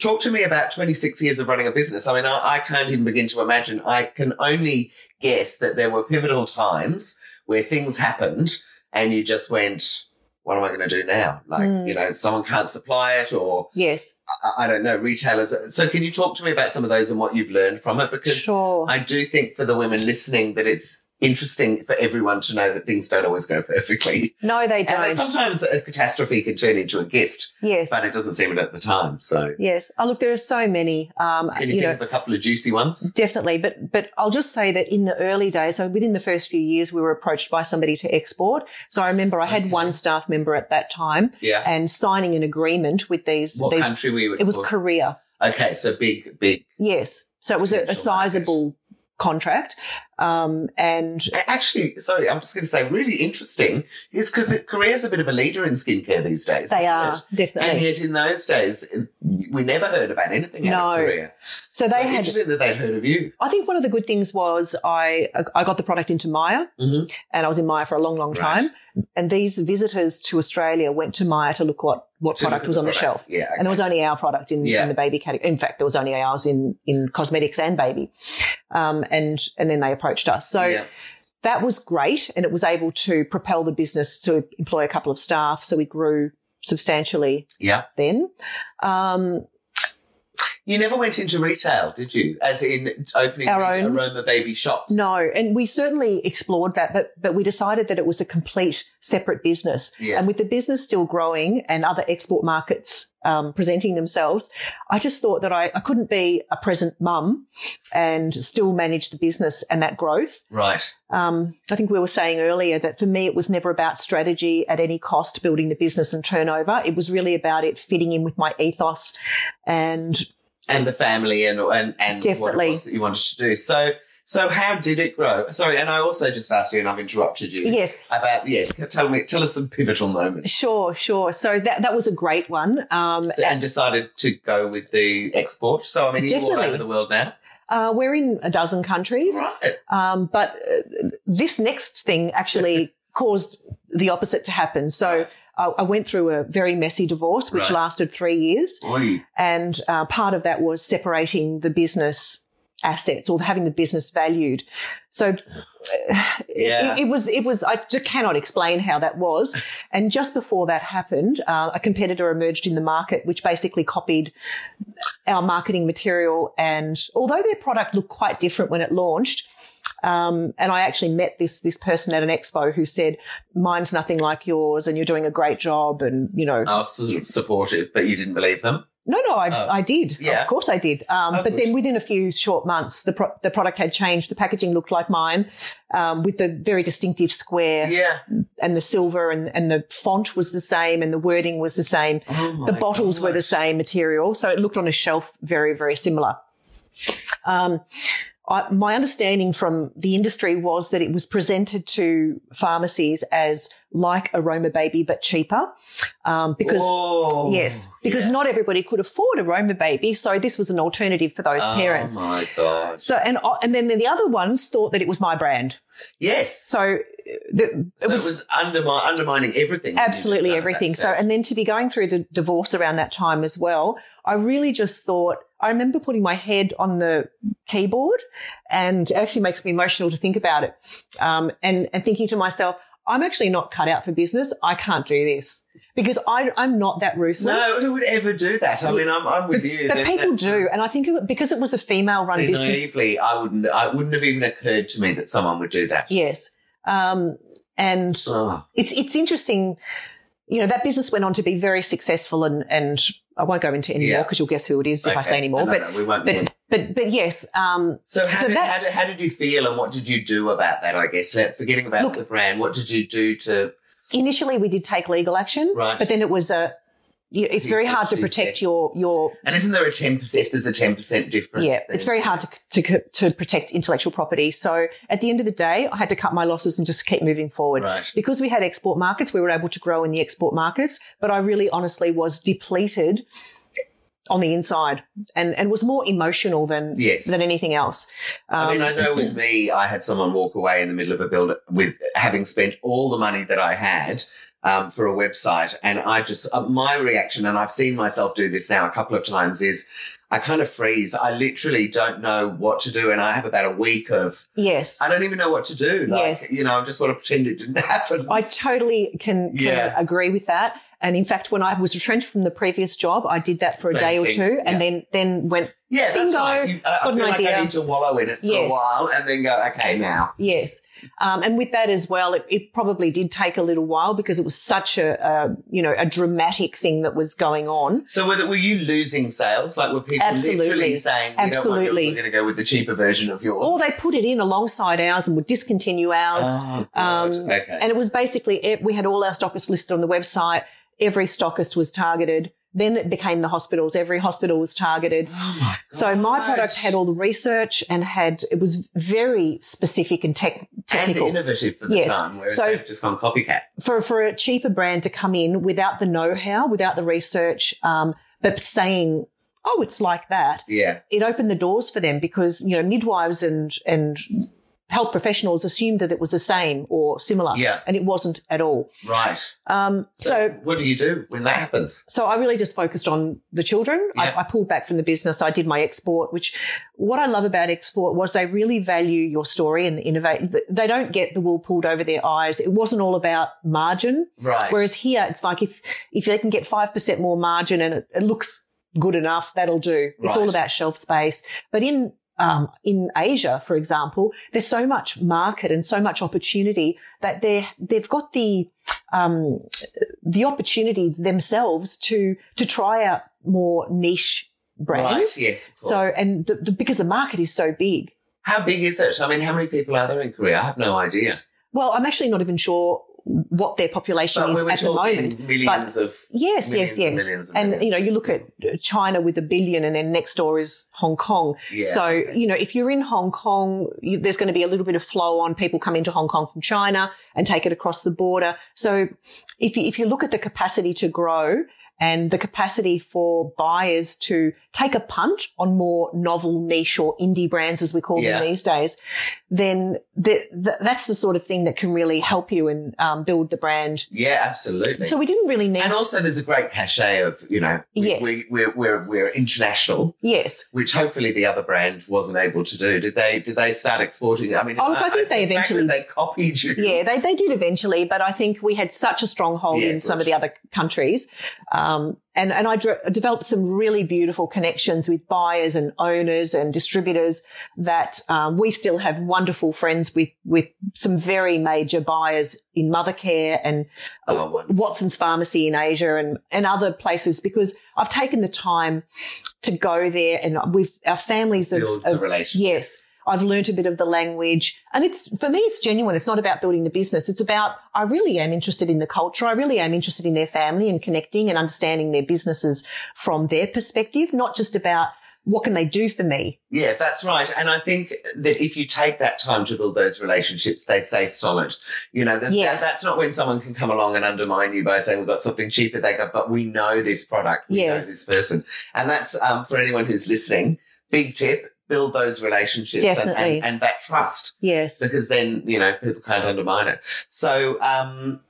S1: talk to me about twenty six years of running a business? I mean, I, I can't even begin to imagine. I can only guess that there were pivotal times where things happened and you just went. What am I going to do now? Like,
S2: Mm.
S1: you know, someone can't supply it, or
S2: Yes.
S1: I, I don't know, retailers. So, can you talk to me about some of those and what you've learned from it? Because
S2: Sure.
S1: I do think for the women listening that it's interesting for everyone to know that things don't always go perfectly.
S2: no, they
S1: And that
S2: don't.
S1: sometimes a catastrophe can turn into a gift,
S2: yes.
S1: but it doesn't seem it at the time. So
S2: Yes. Oh, look, there are so many. Um,
S1: can you,
S2: you,
S1: think
S2: know,
S1: of a couple of juicy ones?
S2: Definitely, but but I'll just say that in the early days, so within the first few years, we were approached by somebody to export. So I remember I had
S1: Okay.
S2: one staff member at that time
S1: Yeah.
S2: and signing an agreement with these.
S1: What
S2: Mm-hmm. these
S1: country were you
S2: it was
S1: exploring?
S2: Korea,
S1: Okay, so big, big.
S2: yes. So it was a, a
S1: Potential
S2: sizable contract, um, and
S1: a- Actually, sorry, I'm just going to say really interesting is because Korea's a bit of a leader in skincare these days.
S2: they
S1: isn't
S2: are
S1: it? And
S2: definitely.
S1: yet, in those days, we never heard about anything out of
S2: No.
S1: Korea.
S2: so they
S1: so
S2: had.
S1: interesting that they'd heard of you.
S2: I think one of the good things was I I got the product into Maya,
S1: Mhm.
S2: and I was in Maya for a long, long
S1: Right.
S2: time. And these visitors to Australia went to Maya to look what what
S1: To look
S2: product
S1: at
S2: was on the
S1: products.
S2: shelf.
S1: Yeah, okay.
S2: And there was only our product in,
S1: Yeah.
S2: in the baby category. In fact, there was only ours in, in cosmetics and baby. Um, and, and then they approached us. So
S1: Yeah.
S2: that was great. And it was able to propel the business to employ a couple of staff. So we grew substantially
S1: yeah.
S2: then. Um,
S1: You never went into retail, did you? As in opening
S2: Our
S1: retail-
S2: own-
S1: aroma baby shops?
S2: no, and we certainly explored that, but, but we decided that it was a complete separate business.
S1: Yeah.
S2: And with the business still growing and other export markets um, presenting themselves, I just thought that I, I couldn't be a present mum and still manage the business and that growth.
S1: Right.
S2: Um, I think we were saying earlier that for me, it was never about strategy at any cost, building the business and turnover. It was really about it fitting in with my ethos and
S1: And the family and and, and what it
S2: Definitely.
S1: was that you wanted to do. So so how did it grow? Sorry, and I also just asked you and I've interrupted you.
S2: yes,
S1: About yeah, tell me tell us some pivotal moments.
S2: sure, sure. So that, that was a great one. Um,
S1: So, and decided to go with the export. So I mean you're all
S2: Definitely.
S1: over the world now.
S2: uh, we're in a dozen countries.
S1: Right.
S2: Um, but uh, this next thing actually caused the opposite to happen. So I, I went through a very messy divorce, which
S1: Right.
S2: lasted three years.
S1: Oi.
S2: And uh, part of that was separating the business assets or having the business valued. So uh,
S1: Yeah.
S2: it, it was, it was, I just cannot explain how that was. And just before that happened, uh, a competitor emerged in the market, which basically copied our marketing material. And although their product looked quite different when it launched, um, and I actually met this this person at an expo who said, "Mine's nothing like yours, and you're doing a great job." And you know,
S1: I was sort of supportive, but you didn't believe them.
S2: no, no, I,
S1: Oh.
S2: I did.
S1: Yeah.
S2: Of course I did. Um,
S1: Oh, good.
S2: but then within a few short months, the, pro- the product had changed. The packaging looked like mine um, with the very distinctive square
S1: Yeah.
S2: and the silver and, and the font was the same and the wording was the same.
S1: Oh my
S2: the bottles were the
S1: God.
S2: same material. So it looked on a shelf very, very similar. Um, I, my understanding from the industry was that it was presented to pharmacies as like Aroma Baby, but cheaper. um, because
S1: Whoa.
S2: yes, because not everybody could afford a Roma baby, so this was an alternative for those
S1: oh
S2: parents.
S1: my God.
S2: So and uh, and then the other ones thought that it was my brand.
S1: Yes.
S2: So uh, the,
S1: So it was, undermi- undermining everything. that you've
S2: absolutely
S1: done at that
S2: everything. So,
S1: stage.
S2: and then to be going through the divorce around that time as well, I really just thought, I remember putting my head on the keyboard and it actually makes me emotional to think about it. Um, and, and thinking to myself, I'm actually not cut out for business. I can't do this because I, I'm not that ruthless.
S1: no, who would ever do that? I mean, I'm, I'm with you.
S2: but
S1: That-
S2: people
S1: that-
S2: do. And I think it- because it was a female run
S1: See,
S2: business.
S1: naively, I wouldn't. I wouldn't have even occurred to me that someone would do that.
S2: Yes. Um, and
S1: Oh,
S2: it's it's interesting. You know that business went on to be very successful, and and I won't go into any
S1: Yeah.
S2: more because you'll guess who it is if I
S1: okay.
S2: say any more.
S1: No,
S2: but
S1: no, no, we won't.
S2: but but but yes, um,
S1: so, how,
S2: so
S1: did,
S2: that-
S1: how, did, how did you feel, and what did you do about that? I guess Uh, forgetting about
S2: Look-
S1: the brand, what did you do to?
S2: initially we did take legal action,
S1: Right.
S2: but then it was a. you- It's
S1: He
S2: very
S1: said,
S2: hard to
S1: she
S2: protect
S1: said.
S2: your your.
S1: And isn't there a ten percent? If there's a ten percent difference,
S2: Yeah,
S1: then-
S2: it's very hard to, to to protect intellectual property. So at the end of the day, I had to cut my losses and just keep moving forward.
S1: Right.
S2: Because we had export markets, we were able to grow in the export markets, but I really honestly was depleted on the inside and, and was more emotional than
S1: Yes.
S2: than anything else. Um,
S1: I mean, I know with me, I had someone walk away in the middle of a build with having spent all the money that I had um, for a website, and I just uh, my reaction, and I've seen myself do this now a couple of times, is I kind of freeze. I literally don't know what to do, and I have about a week of
S2: yes.
S1: I don't even know what to do. Like,
S2: Yes.
S1: you know, I just want to pretend it didn't happen.
S2: I totally can, can
S1: Yeah.
S2: agree with that. And in fact, when I was retrenched from the previous job, I did that for a
S1: Same
S2: day or
S1: thing,
S2: two and
S1: yeah.
S2: then, then went,
S1: yeah, that's
S2: Bingo.
S1: right. You, uh, I, I
S2: Got
S1: feel
S2: an
S1: like I
S2: idea.
S1: need to wallow in it for
S2: Yes.
S1: a while and then go, okay, now.
S2: yes. Um, and with that as well, it, it probably did take a little while because it was such a, a, you know, a dramatic thing that was going on.
S1: So whether were you losing sales? Like were people literally
S2: Absolutely.
S1: saying, we don't want
S2: Absolutely.
S1: yours, we're going to go with the cheaper version of yours?
S2: Or they put it in alongside ours and would discontinue ours.
S1: Oh,
S2: Um,
S1: good. okay.
S2: And it was basically it. We had all our stockists listed on the website. Every stockist was targeted. Then it became the hospitals. Every hospital was targeted.
S1: Oh my
S2: So my
S1: God.
S2: product had all the research and had it was very specific and tech,
S1: and
S2: technical
S1: innovative for the
S2: Yes.
S1: time, whereas
S2: So-
S1: they've just gone copycat.
S2: for for a cheaper brand to come in without the know how, without the research, um, but saying, "Oh, it's like that."
S1: Yeah,
S2: It opened the doors for them because you know midwives and and health professionals assumed that it was the same or similar,
S1: Yeah.
S2: and it wasn't at all.
S1: right.
S2: Um,
S1: So,
S2: so
S1: what do you do when that happens?
S2: so I really just focused on the children.
S1: Yeah.
S2: I, I pulled back from the business. I did my export, which what I love about export was they really value your story and the innovate. th- They don't get the wool pulled over their eyes. It wasn't all about margin.
S1: Right.
S2: Whereas here, it's like if if they can get five percent more margin and it, it looks good enough, that'll do. It's all
S1: Right.
S2: about shelf space. But in um, in Asia, for example, there's so much market and so much opportunity that they they've got the um, the opportunity themselves to to try out more niche brands.
S1: Right, yes. of course.
S2: So and the, the, because the market is so big,
S1: how big is it? I mean, how many people are there in Korea? I have no idea.
S2: well, I'm actually not even sure what their population
S1: But
S2: is
S1: we were
S2: at the
S1: talking
S2: moment.
S1: millions of Millions
S2: Yes, yes,
S1: and
S2: yes.
S1: millions and millions.
S2: you know, you look at China with a billion, and then next door is Hong Kong.
S1: Yeah.
S2: So you know, if you're in Hong Kong, you, there's going to be a little bit of flow on people come into Hong Kong from China and take it across the border. So if you, if you look at the capacity to grow and the capacity for buyers to take a punt on more novel niche or indie brands, as we call
S1: Yeah.
S2: them these days, then the, the, that's the sort of thing that can really help you and um, build the brand.
S1: yeah, absolutely.
S2: So we didn't really need.
S1: and also, there's a great cachet of you know, we,
S2: Yes.
S1: we, we're, we're we're international,
S2: yes.
S1: which hopefully the other brand wasn't able to do. Did they? Did they start exporting? I mean,
S2: Oh, look, I think they
S1: the fact that
S2: eventually-
S1: they copied you.
S2: Yeah, they, they did eventually, but I think we had such a stronghold
S1: Yeah,
S2: in
S1: of
S2: some
S1: course.
S2: of the other countries. Um, and, and I dr- developed some really beautiful connections with buyers and owners and distributors that um, we still have wonderful friends with, with some very major buyers in Mothercare and
S1: Oh, wonderful.
S2: Watson's Pharmacy in Asia and, and other places because I've taken the time to go there and we've, our families have,
S1: Build the
S2: have
S1: relationship.
S2: Yes. I've learnt a bit of the language. And it's, for me, it's genuine. It's not about building the business. It's about, I really am interested in the culture. I really am interested in their family and connecting and understanding their businesses from their perspective, not just about what can they do for me?
S1: Yeah, that's right. And I think that if you take that time to build those relationships, they stay solid. You know, that's,
S2: Yes.
S1: that- that's not when someone can come along and undermine you by saying we've got something cheaper. They go, but we know this product. We
S2: Yes.
S1: know this person. And that's um, for anyone who's listening. Big tip, build those relationships and- And,
S2: Definitely.
S1: and, that trust
S2: Yes.
S1: because then, you know, people can't undermine it. So, um,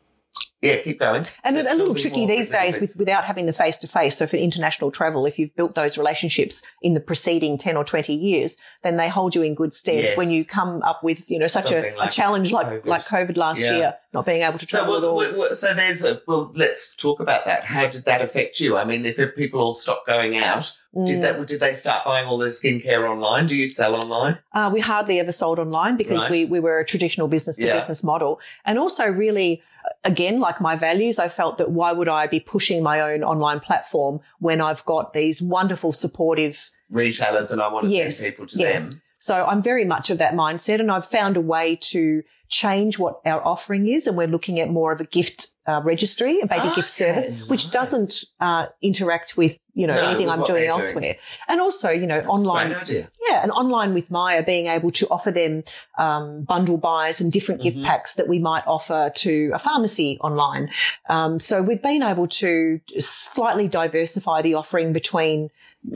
S1: yeah, keep going.
S2: And
S1: Tell-
S2: a, a
S1: tell
S2: little
S1: me
S2: tricky
S1: more
S2: these
S1: about
S2: days
S1: this.
S2: with, without having the face to face. So for international travel, if you've built those relationships in the preceding 10 or 20 years, then they hold you in good stead
S1: Yes.
S2: when you come up with, you know, such a,
S1: Something
S2: a
S1: like
S2: challenge like,
S1: COVID.
S2: like COVID last
S1: Yeah.
S2: year, not being able to
S1: So,
S2: travel
S1: well,
S2: at all.
S1: well, well, so there's a, well, let's talk about that. How did that affect you? I mean, if people all stopped going out,
S2: Mm.
S1: did that? Did they start buying all their skincare online? Do you sell online?
S2: Uh, we hardly ever sold online because
S1: Right.
S2: we, we were a traditional business to business model. And also really, again, like my values, I felt that why would I be pushing my own online platform when I've got these wonderful supportive
S1: Retailers, and I want to
S2: Yes,
S1: send people to
S2: yes.
S1: them.
S2: so I'm very much of that mindset and I've found a way to change what our offering is. And we're looking at more of a gift uh, registry, a baby
S1: Okay,
S2: gift service, which
S1: nice.
S2: doesn't uh, interact with, you know,
S1: No,
S2: anything
S1: with
S2: I'm
S1: what
S2: doing
S1: they're doing.
S2: elsewhere. And also, you know, online
S1: Great idea.
S2: yeah, and online with Maya, being able to offer them um, bundle buys and different gift
S1: Mhm.
S2: packs that we might offer to a pharmacy online. Um, so we've been able to slightly diversify the offering between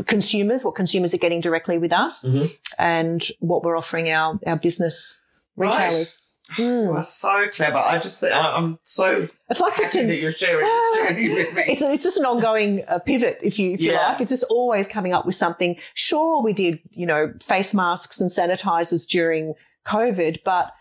S2: consumers, what consumers are getting directly with us,
S1: Mhm.
S2: and what we're offering our our business retailers.
S1: You
S2: Mm.
S1: are so clever. I just, think I- I'm so
S2: It's like just
S1: happy
S2: an
S1: that you're sharing
S2: Ah.
S1: this journey with me.
S2: It's, a, it's just an ongoing uh, pivot, if you if you
S1: Yeah.
S2: like. It's just always coming up with something. Sure, we did you know face masks and sanitizers during COVID, but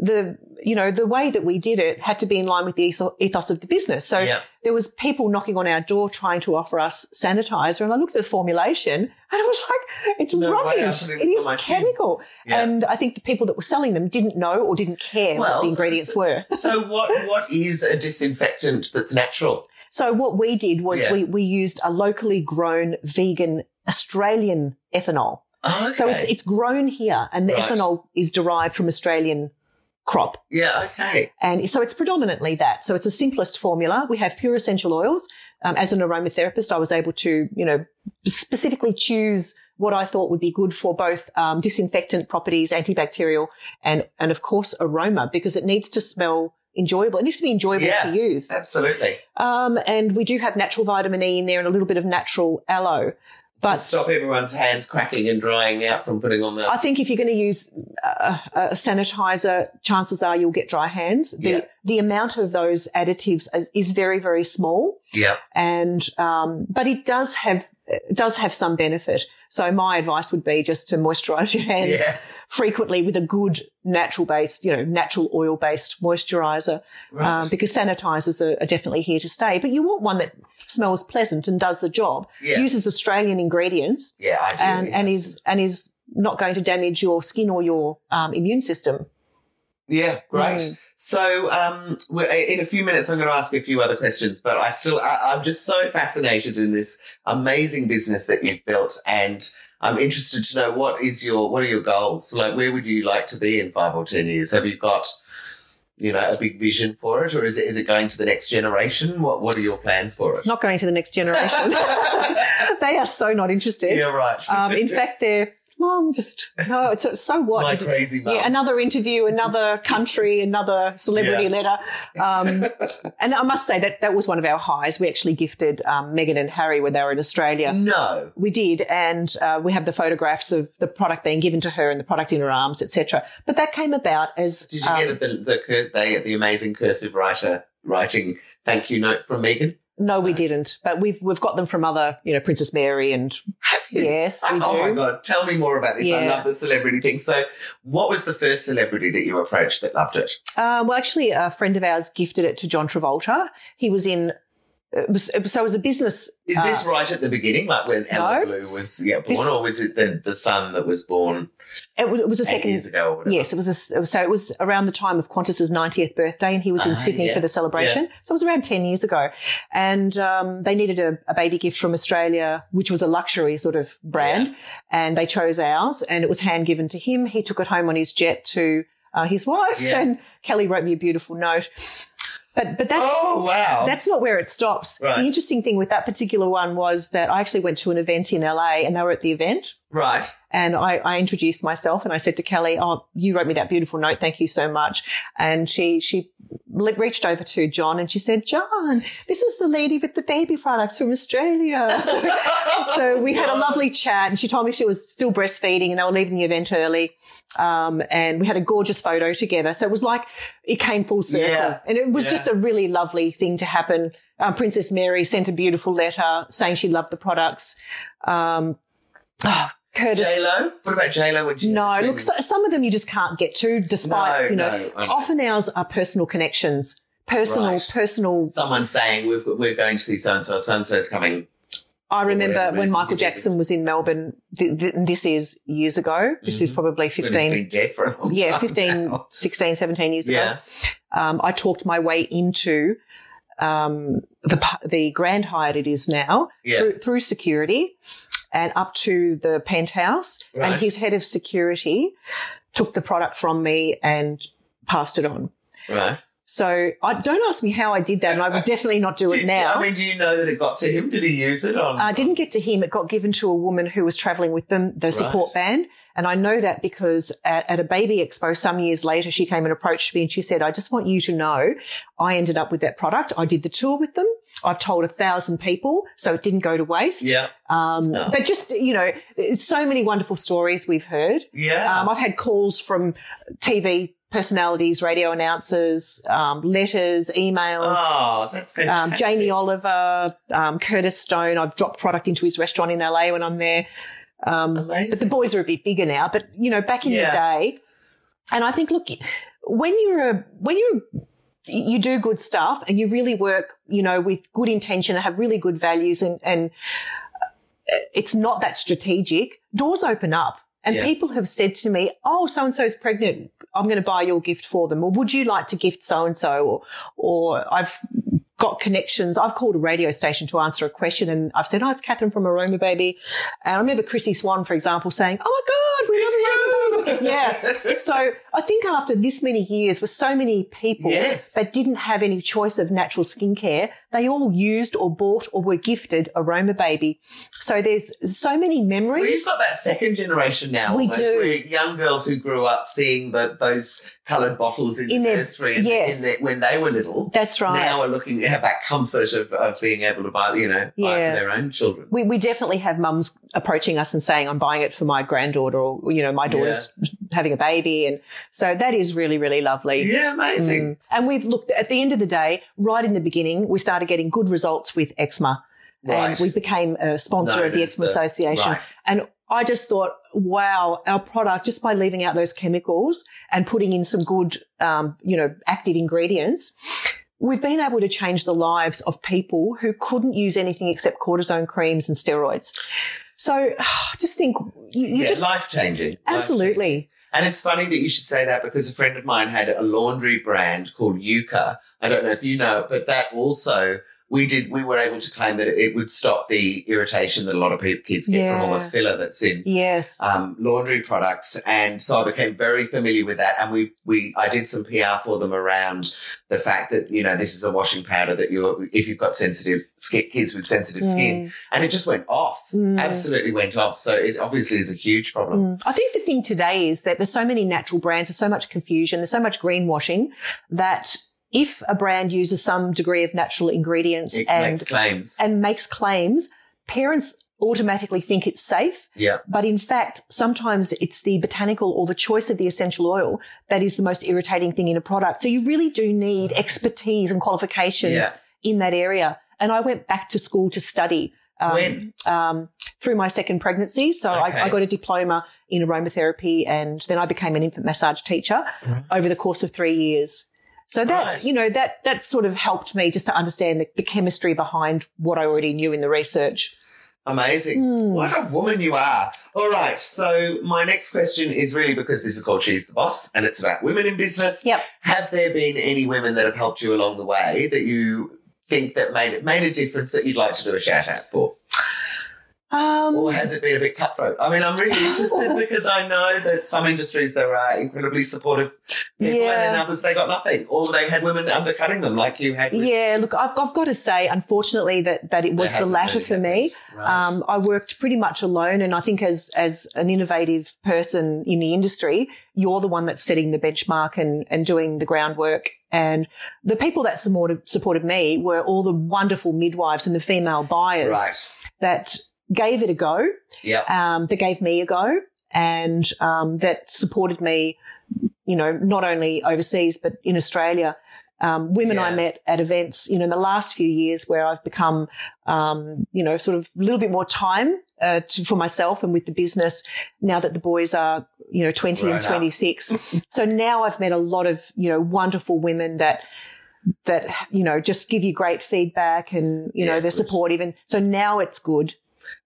S2: the you know the way that we did it had to be in line with the ethos- ethos of the business. So
S1: Yeah.
S2: there was people knocking on our door trying to offer us sanitizer, and I looked at the formulation and I was like, it's
S1: No way, I
S2: rubbish.
S1: put it
S2: It
S1: in
S2: is
S1: for my skin.
S2: chemical,
S1: Yeah.
S2: and I think the people that were selling them didn't know or didn't care what
S1: Well,
S2: the ingredients
S1: so-
S2: were.
S1: so what? What is a disinfectant that's natural?
S2: So what we did was
S1: Yeah.
S2: we, we used a locally grown vegan Australian ethanol.
S1: Oh, okay.
S2: So it's it's grown here and the
S1: Right.
S2: ethanol is derived from Australian crop.
S1: yeah, okay.
S2: And so it's predominantly that. So it's the simplest formula. We have pure essential oils. Um, as an aromatherapist, I was able to, you know, specifically choose what I thought would be good for both um, disinfectant properties, antibacterial, and and of course aroma because it needs to smell enjoyable. It needs to be enjoyable
S1: Yeah.
S2: to use.
S1: Absolutely.
S2: Um, and we do have natural vitamin E in there and a little bit of natural aloe.
S1: to
S2: But
S1: stop everyone's hands cracking and drying out from putting on the
S2: I think if you're going to use uh, a, a sanitizer, chances are you'll get dry hands. The,
S1: Yeah.
S2: the amount of those additives is, is very, very small.
S1: yeah.
S2: And, um, but it does have, it does have some benefit. So my advice would be just to moisturize your hands
S1: Yeah.
S2: frequently with a good natural based, you know, natural oil based moisturizer.
S1: Right.
S2: um, because sanitizers are, are definitely here to stay. But you want one that smells pleasant and does the job,
S1: yeah.
S2: uses Australian ingredients,
S1: yeah, I do.
S2: and, and is and is not going to damage your skin or your um, immune system.
S1: yeah, great.
S2: Mm.
S1: So, um, we're- in a few minutes, I'm going to ask a few other questions, but I still, I, I'm just so fascinated in this amazing business that you've built, and I'm interested to know what is your, what are your goals? Like, where would you like to be in five or ten years? Have you got, you know, a big vision for it, or is it is it going to the next generation? What What are your plans for it?
S2: Not going to the next generation. they are so not interested.
S1: yeah, right.
S2: Um, in fact, they're mom just no. It's a- so what.
S1: my
S2: You did-
S1: crazy mum.
S2: yeah, another interview, another country, another celebrity letter. Um, and I must say that that was one of our highs. We actually gifted um, Megan and Harry when they were in Australia.
S1: No.
S2: We did, and uh, we have the photographs of the product being given to her and the product in her arms, etc. But that came about as
S1: Did you
S2: um,
S1: get the the cur- they the amazing cursive writer writing thank you note from Megan?
S2: no, we
S1: No.
S2: didn't. But we've we've got them from other, you know, Princess Mary and
S1: Have you?
S2: yes,
S1: Oh
S2: we do.
S1: my god! Tell me more about this. I
S2: Yeah.
S1: love the celebrity thing. So, what was the first celebrity that you approached that loved it?
S2: Uh, well, actually, a friend of ours gifted it to John Travolta. He was in. It was, it was- so it was a business.
S1: Is this
S2: uh,
S1: right at the beginning, like when Ella Blue was yeah born,
S2: This-
S1: or was it the the son that was born
S2: It, was- it was a
S1: eight
S2: second.
S1: years ago? Or whatever?
S2: Yes, it was, a s it was- so it was around the time of Qantas's 90th birthday, and he was in
S1: Ah,
S2: Sydney
S1: yeah,
S2: for the celebration. So it was around 10 years ago. And um, they needed a, a baby gift from Australia, which was a luxury sort of brand. And they chose ours, and it was hand given to him. He took it home on his jet to uh, his wife,
S1: Yeah.
S2: and Kelly wrote me a beautiful note. But but that's
S1: oh wow.
S2: that's not where it stops.
S1: Right.
S2: The interesting thing with that particular one was that I actually went to an event in LA and they were at the event
S1: right.
S2: and I, I introduced myself and I said to Kelly, "Oh, you wrote me that beautiful note. Thank you so much." And she she le- reached over to John and she said, "John, this is the lady with the baby products from Australia." So, so we had a lovely chat, and she told me she was still breastfeeding and they were leaving the event early. Um, and we had a gorgeous photo together. So it was like it came full circle,
S1: Yeah.
S2: and it was
S1: Yeah.
S2: just a really lovely thing to happen. Um, Princess Mary sent a beautiful letter saying she loved the products. Um, oh, Curtis.
S1: J Lo. What about J Lo? When she
S2: No,
S1: had the
S2: look, so,
S1: twins?
S2: some of them you just can't get to, despite
S1: No,
S2: you know. Oh,
S1: no, I know.
S2: often ours are personal connections, personal,
S1: Right.
S2: personal.
S1: someone saying we've, we're going to see so and so. So and so's coming.
S2: I remember
S1: whatever it
S2: when
S1: is,
S2: Michael
S1: you get it.
S2: Jackson was in Melbourne. Th- th- and this is years ago. This is
S1: Mhm.
S2: probably
S1: But he's
S2: 15.
S1: been dead for a long
S2: Yeah,
S1: time
S2: 15,
S1: now.
S2: 16, 17 years
S1: Yeah.
S2: ago. Um, I talked my way into um, the pa- the Grand Hyatt it is now
S1: Yeah.
S2: through, through security and up to the penthouse.
S1: Right.
S2: And his head of security took the product from me and passed it on.
S1: Right.
S2: So I don't ask me how I did that, and I would definitely not do it
S1: Did-
S2: now.
S1: I mean, do you know that it got to him? Did he use it on?
S2: I didn't get to him. It got given to a woman who was traveling with them, the support band. And I know that because at, at a baby expo some years later, she came and approached me and she said, I just want you to know I ended up with that product. I did the tour with them. I've told a thousand people, so it didn't go to waste.
S1: yeah.
S2: Um,
S1: Oh.
S2: But just, you know, it's so many wonderful stories we've heard.
S1: Yeah.
S2: Um, I've had calls from TV personalities, radio announcers, um, letters, emails.
S1: oh, that's
S2: Um,
S1: fantastic.
S2: Jamie Oliver, um, Curtis Stone. I've dropped product into his restaurant in LA when I'm there. Um,
S1: Amazing.
S2: but the boys are a bit bigger now. But you know, back in
S1: Yeah.
S2: the day, and I think, look, when you're a when you're you do good stuff and you really work, you know, with good intention and have really good values and, and uh, it's not that strategic, doors open up. And
S1: Yeah.
S2: people have said to me, Oh, so and so's pregnant. I'm going to buy your gift for them. Or would you like to gift so and so? Or, or I've got connections. I've called a radio station to answer a question and I've said, Oh, it's Catherine from Aroma Baby. And I remember Chrissy Swan, for example, saying, Oh my God, we love Aroma yeah. So I think after this many years, with so many people
S1: Yes.
S2: that didn't have any choice of natural skincare, they all used or bought or were gifted Aroma Baby. So there's so many
S1: Well,
S2: memories.
S1: you've got that second generation now.
S2: We
S1: almost,
S2: do.
S1: Where young girls who grew up seeing the, those coloured bottles in,
S2: In
S1: the
S2: their-
S1: nursery and
S2: yes.
S1: in their, when they were little.
S2: That's right.
S1: Now are looking have that comfort of, of being able to buy, you know, buy
S2: Yeah.
S1: for their own children.
S2: we, we definitely have mums approaching us and saying, I'm buying it for my granddaughter or, you know, my daughter's having a baby. And so that is really, really lovely.
S1: Yeah, amazing.
S2: Mm. And we've looked at the end of the day, right in the beginning, we started getting good results with eczema.
S1: Right.
S2: Mm. And we became a sponsor
S1: No,
S2: of the
S1: it's
S2: Eczema
S1: the-
S2: Association.
S1: Right.
S2: And I just thought, wow, our product, just by leaving out those chemicals and putting in some good, um, you know, active ingredients, we've been able to change the lives of people who couldn't use anything except cortisone creams and steroids. So just think, you, you
S1: yeah,
S2: just
S1: life changing.
S2: absolutely.
S1: And it's funny that you should say that because a friend of mine had a laundry brand called Yuka. I don't know if you know it, but that also we did we were able to claim that it would stop the irritation that a lot of people kids get from all the
S2: Yeah.
S1: filler that's in
S2: Yes.
S1: um, laundry products, and so I became very familiar with that. And we, we, I did some PR for them around the fact that you know this is a washing powder that you, if you've got sensitive skin, kids with sensitive skin,
S2: Mm,
S1: and it just went off,
S2: Mm.
S1: absolutely went off. So it obviously is a huge problem.
S2: mm. I think the thing today is that there's so many natural brands, there's so much confusion, there's so much greenwashing that if a brand uses some degree of natural ingredients
S1: It
S2: and
S1: makes claims.
S2: and makes claims, parents automatically think it's safe.
S1: yeah,
S2: But in fact, sometimes it's the botanical or the choice of the essential oil that is the most irritating thing in a product. So you really do need expertise and qualifications
S1: Mm. Yeah.
S2: in that area. And I went back to school to study. Um,
S1: When?
S2: Um, through my second pregnancy. So
S1: Okay.
S2: I, I got a diploma in aromatherapy and then I became an infant massage teacher
S1: Right.
S2: over the course of three years. So that,
S1: Right.
S2: you know, that, that sort of helped me just to understand the, the chemistry behind what I already knew in the research.
S1: amazing.
S2: Hmm.
S1: What a woman you are. All right. So, my next question is really because this is called She's the Boss and it's about women in business.
S2: Yep.
S1: Have there been any women that have helped you along the way that you think that made it made a difference that you'd like to do a shout out for?
S2: Um,
S1: Or has it been a bit cutthroat? I mean, I'm really interested because I know that some industries there are incredibly supportive people, and in
S2: Yeah.
S1: others they got nothing, or they had women undercutting them, like you had. with-
S2: yeah, look, I've, I've got to say, unfortunately, that, that it was the
S1: hasn't
S2: latter
S1: really
S2: for me.
S1: Right.
S2: Um, I worked pretty much alone, and I think as as an innovative person in the industry, you're the one that's setting the benchmark and and doing the groundwork. And the people that supported supported me were all the wonderful midwives and the female buyers
S1: right.
S2: that gave it a go,
S1: Yeah.
S2: um, that gave me a go, and um, that supported me. You know, not only overseas but in Australia. Um, women I
S1: Yeah.
S2: met at events, you know, in the last few years where I've become, um, you know, sort of a little bit more time uh, to, for myself and with the business now that the boys are, you know, 20
S1: Grown
S2: and
S1: up.
S2: 26. so now I've met a lot of, you know, wonderful women that, that, you know, just give you great feedback and, you
S1: Yeah,
S2: know, they're
S1: good.
S2: supportive. And so now it's good.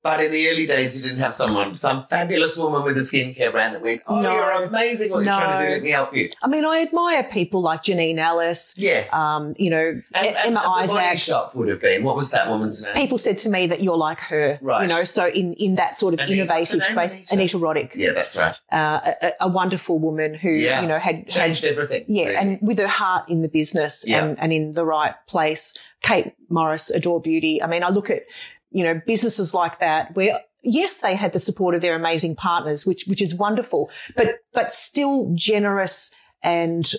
S1: But in the early days, you didn't have someone, some fabulous woman with a skincare brand that went, "Oh,
S2: No.
S1: you're amazing! What you're trying to do?
S2: No.
S1: Let me help you."
S2: I mean, I admire people like Janine Ellis,
S1: Yes.
S2: um, you know,
S1: and,
S2: E-
S1: and
S2: Emma
S1: the body
S2: Isaacs.
S1: shop would have been. What was that woman's name?
S2: People said to me that you're like her,
S1: Right.
S2: you know, so in, in that sort of
S1: Anita-
S2: innovative
S1: what's her name,
S2: space,
S1: Anita?
S2: Anita Roddick,
S1: Yeah, that's right.
S2: uh, a- a, a wonderful woman who,
S1: Yeah.
S2: you know, had, had
S1: Changed everything.
S2: Yeah,
S1: really.
S2: and with her heart in the business
S1: Yeah.
S2: and, and in the right place. Kate Morris, Adore Beauty. I mean, I look at, you know, businesses like that where yes, they had the support of their amazing partners, which which is wonderful, but but still generous and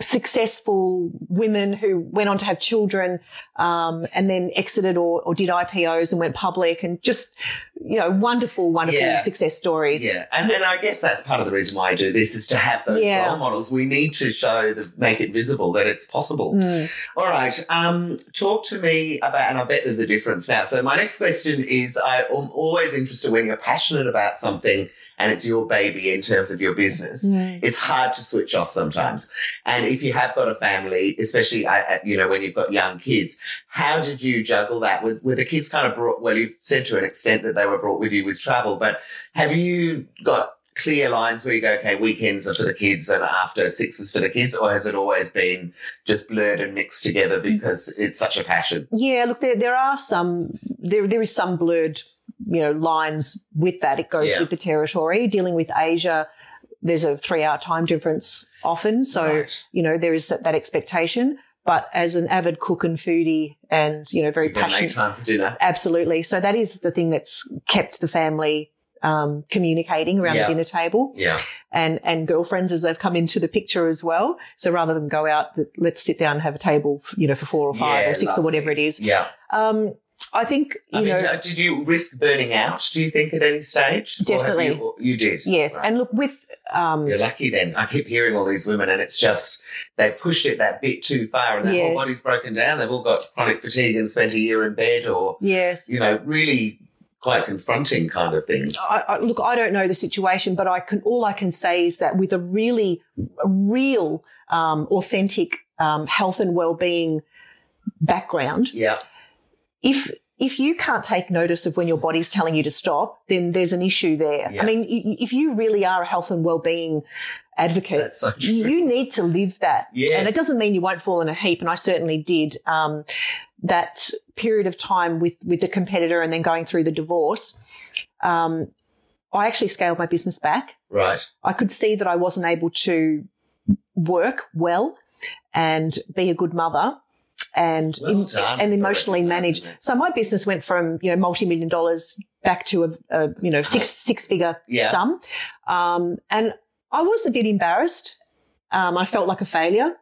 S2: successful women who went on to have children um, and then exited or, or did IPOs and went public and just, you know, wonderful, wonderful
S1: Yeah.
S2: success stories.
S1: Yeah, and, and I guess that's part of the reason why I do this is to have those
S2: Yeah.
S1: role models. We need to show, the, make it visible that it's possible.
S2: Mm.
S1: All right, um, talk to me about, and I bet there's a difference now. So my next question is, I am always interested when you're passionate about something and it's your baby in terms of your business.
S2: Mm.
S1: It's hard to switch off sometimes. And if you have got a family, especially, uh, uh, you know, when you've got young kids, how did you juggle that? Were, were the kids kind of brought, well, you said to an extent that they were brought with you with travel, but have you got clear lines where you go, okay, weekends are for the kids and after six is for the kids? Or has it always been just blurred and mixed together because it's such a passion?
S2: Yeah, look, there there are some there there is some blurred, you know, lines with that. It goes
S1: Yeah.
S2: with the territory. Dealing with Asia, there's a three hour time difference often, so
S1: Right.
S2: you know there is that, that expectation. But as an avid cook and foodie, and you know, very
S1: you gotta make
S2: passionate,
S1: time for dinner.
S2: absolutely. So that is the thing that's kept the family um, communicating around
S1: Yeah.
S2: the dinner table
S1: Yeah.
S2: and and girlfriends as they've come into the picture as well. So rather than go out, th- let's sit down and have a table, you know, for four or five
S1: Yeah,
S2: or six
S1: lovely.
S2: or whatever it is.
S1: Yeah.
S2: Um, I think you
S1: I mean,
S2: know.
S1: uh, did you risk burning out, do you think, at any stage? Or have
S2: Definitely.
S1: You, you did.
S2: Yes,
S1: Right.
S2: and look with um,
S1: You're lucky then. I keep hearing all these women, and it's just they've pushed it that bit too far, and their whole
S2: Yes.
S1: body's broken down. They've all got chronic fatigue and spent a year in bed, or
S2: yes.
S1: you know, really quite confronting kind of things.
S2: I, I, look, I don't know the situation, but I can. All I can say is that with a really a real, um, authentic um, health and well-being background,
S1: Yeah,
S2: if if you can't take notice of when your body's telling you to stop, then there's an issue there.
S1: Yeah.
S2: I mean, y- y- if you really are a health and well-being advocate,
S1: that's so true.
S2: you you need to live that.
S1: Yes.
S2: And it doesn't mean you won't fall in a heap. And I certainly did. Um, that period of time with, with the competitor and then going through the divorce, um, I actually scaled my business back.
S1: right.
S2: I could see that I wasn't able to work well and be a good mother and
S1: Well done
S2: and
S1: for
S2: emotionally manage.
S1: recognising it.
S2: So my business went from you know multi million dollars back to a, a you know six six figure
S1: Yeah.
S2: sum, um, and I was a bit embarrassed. Um, I felt like a failure.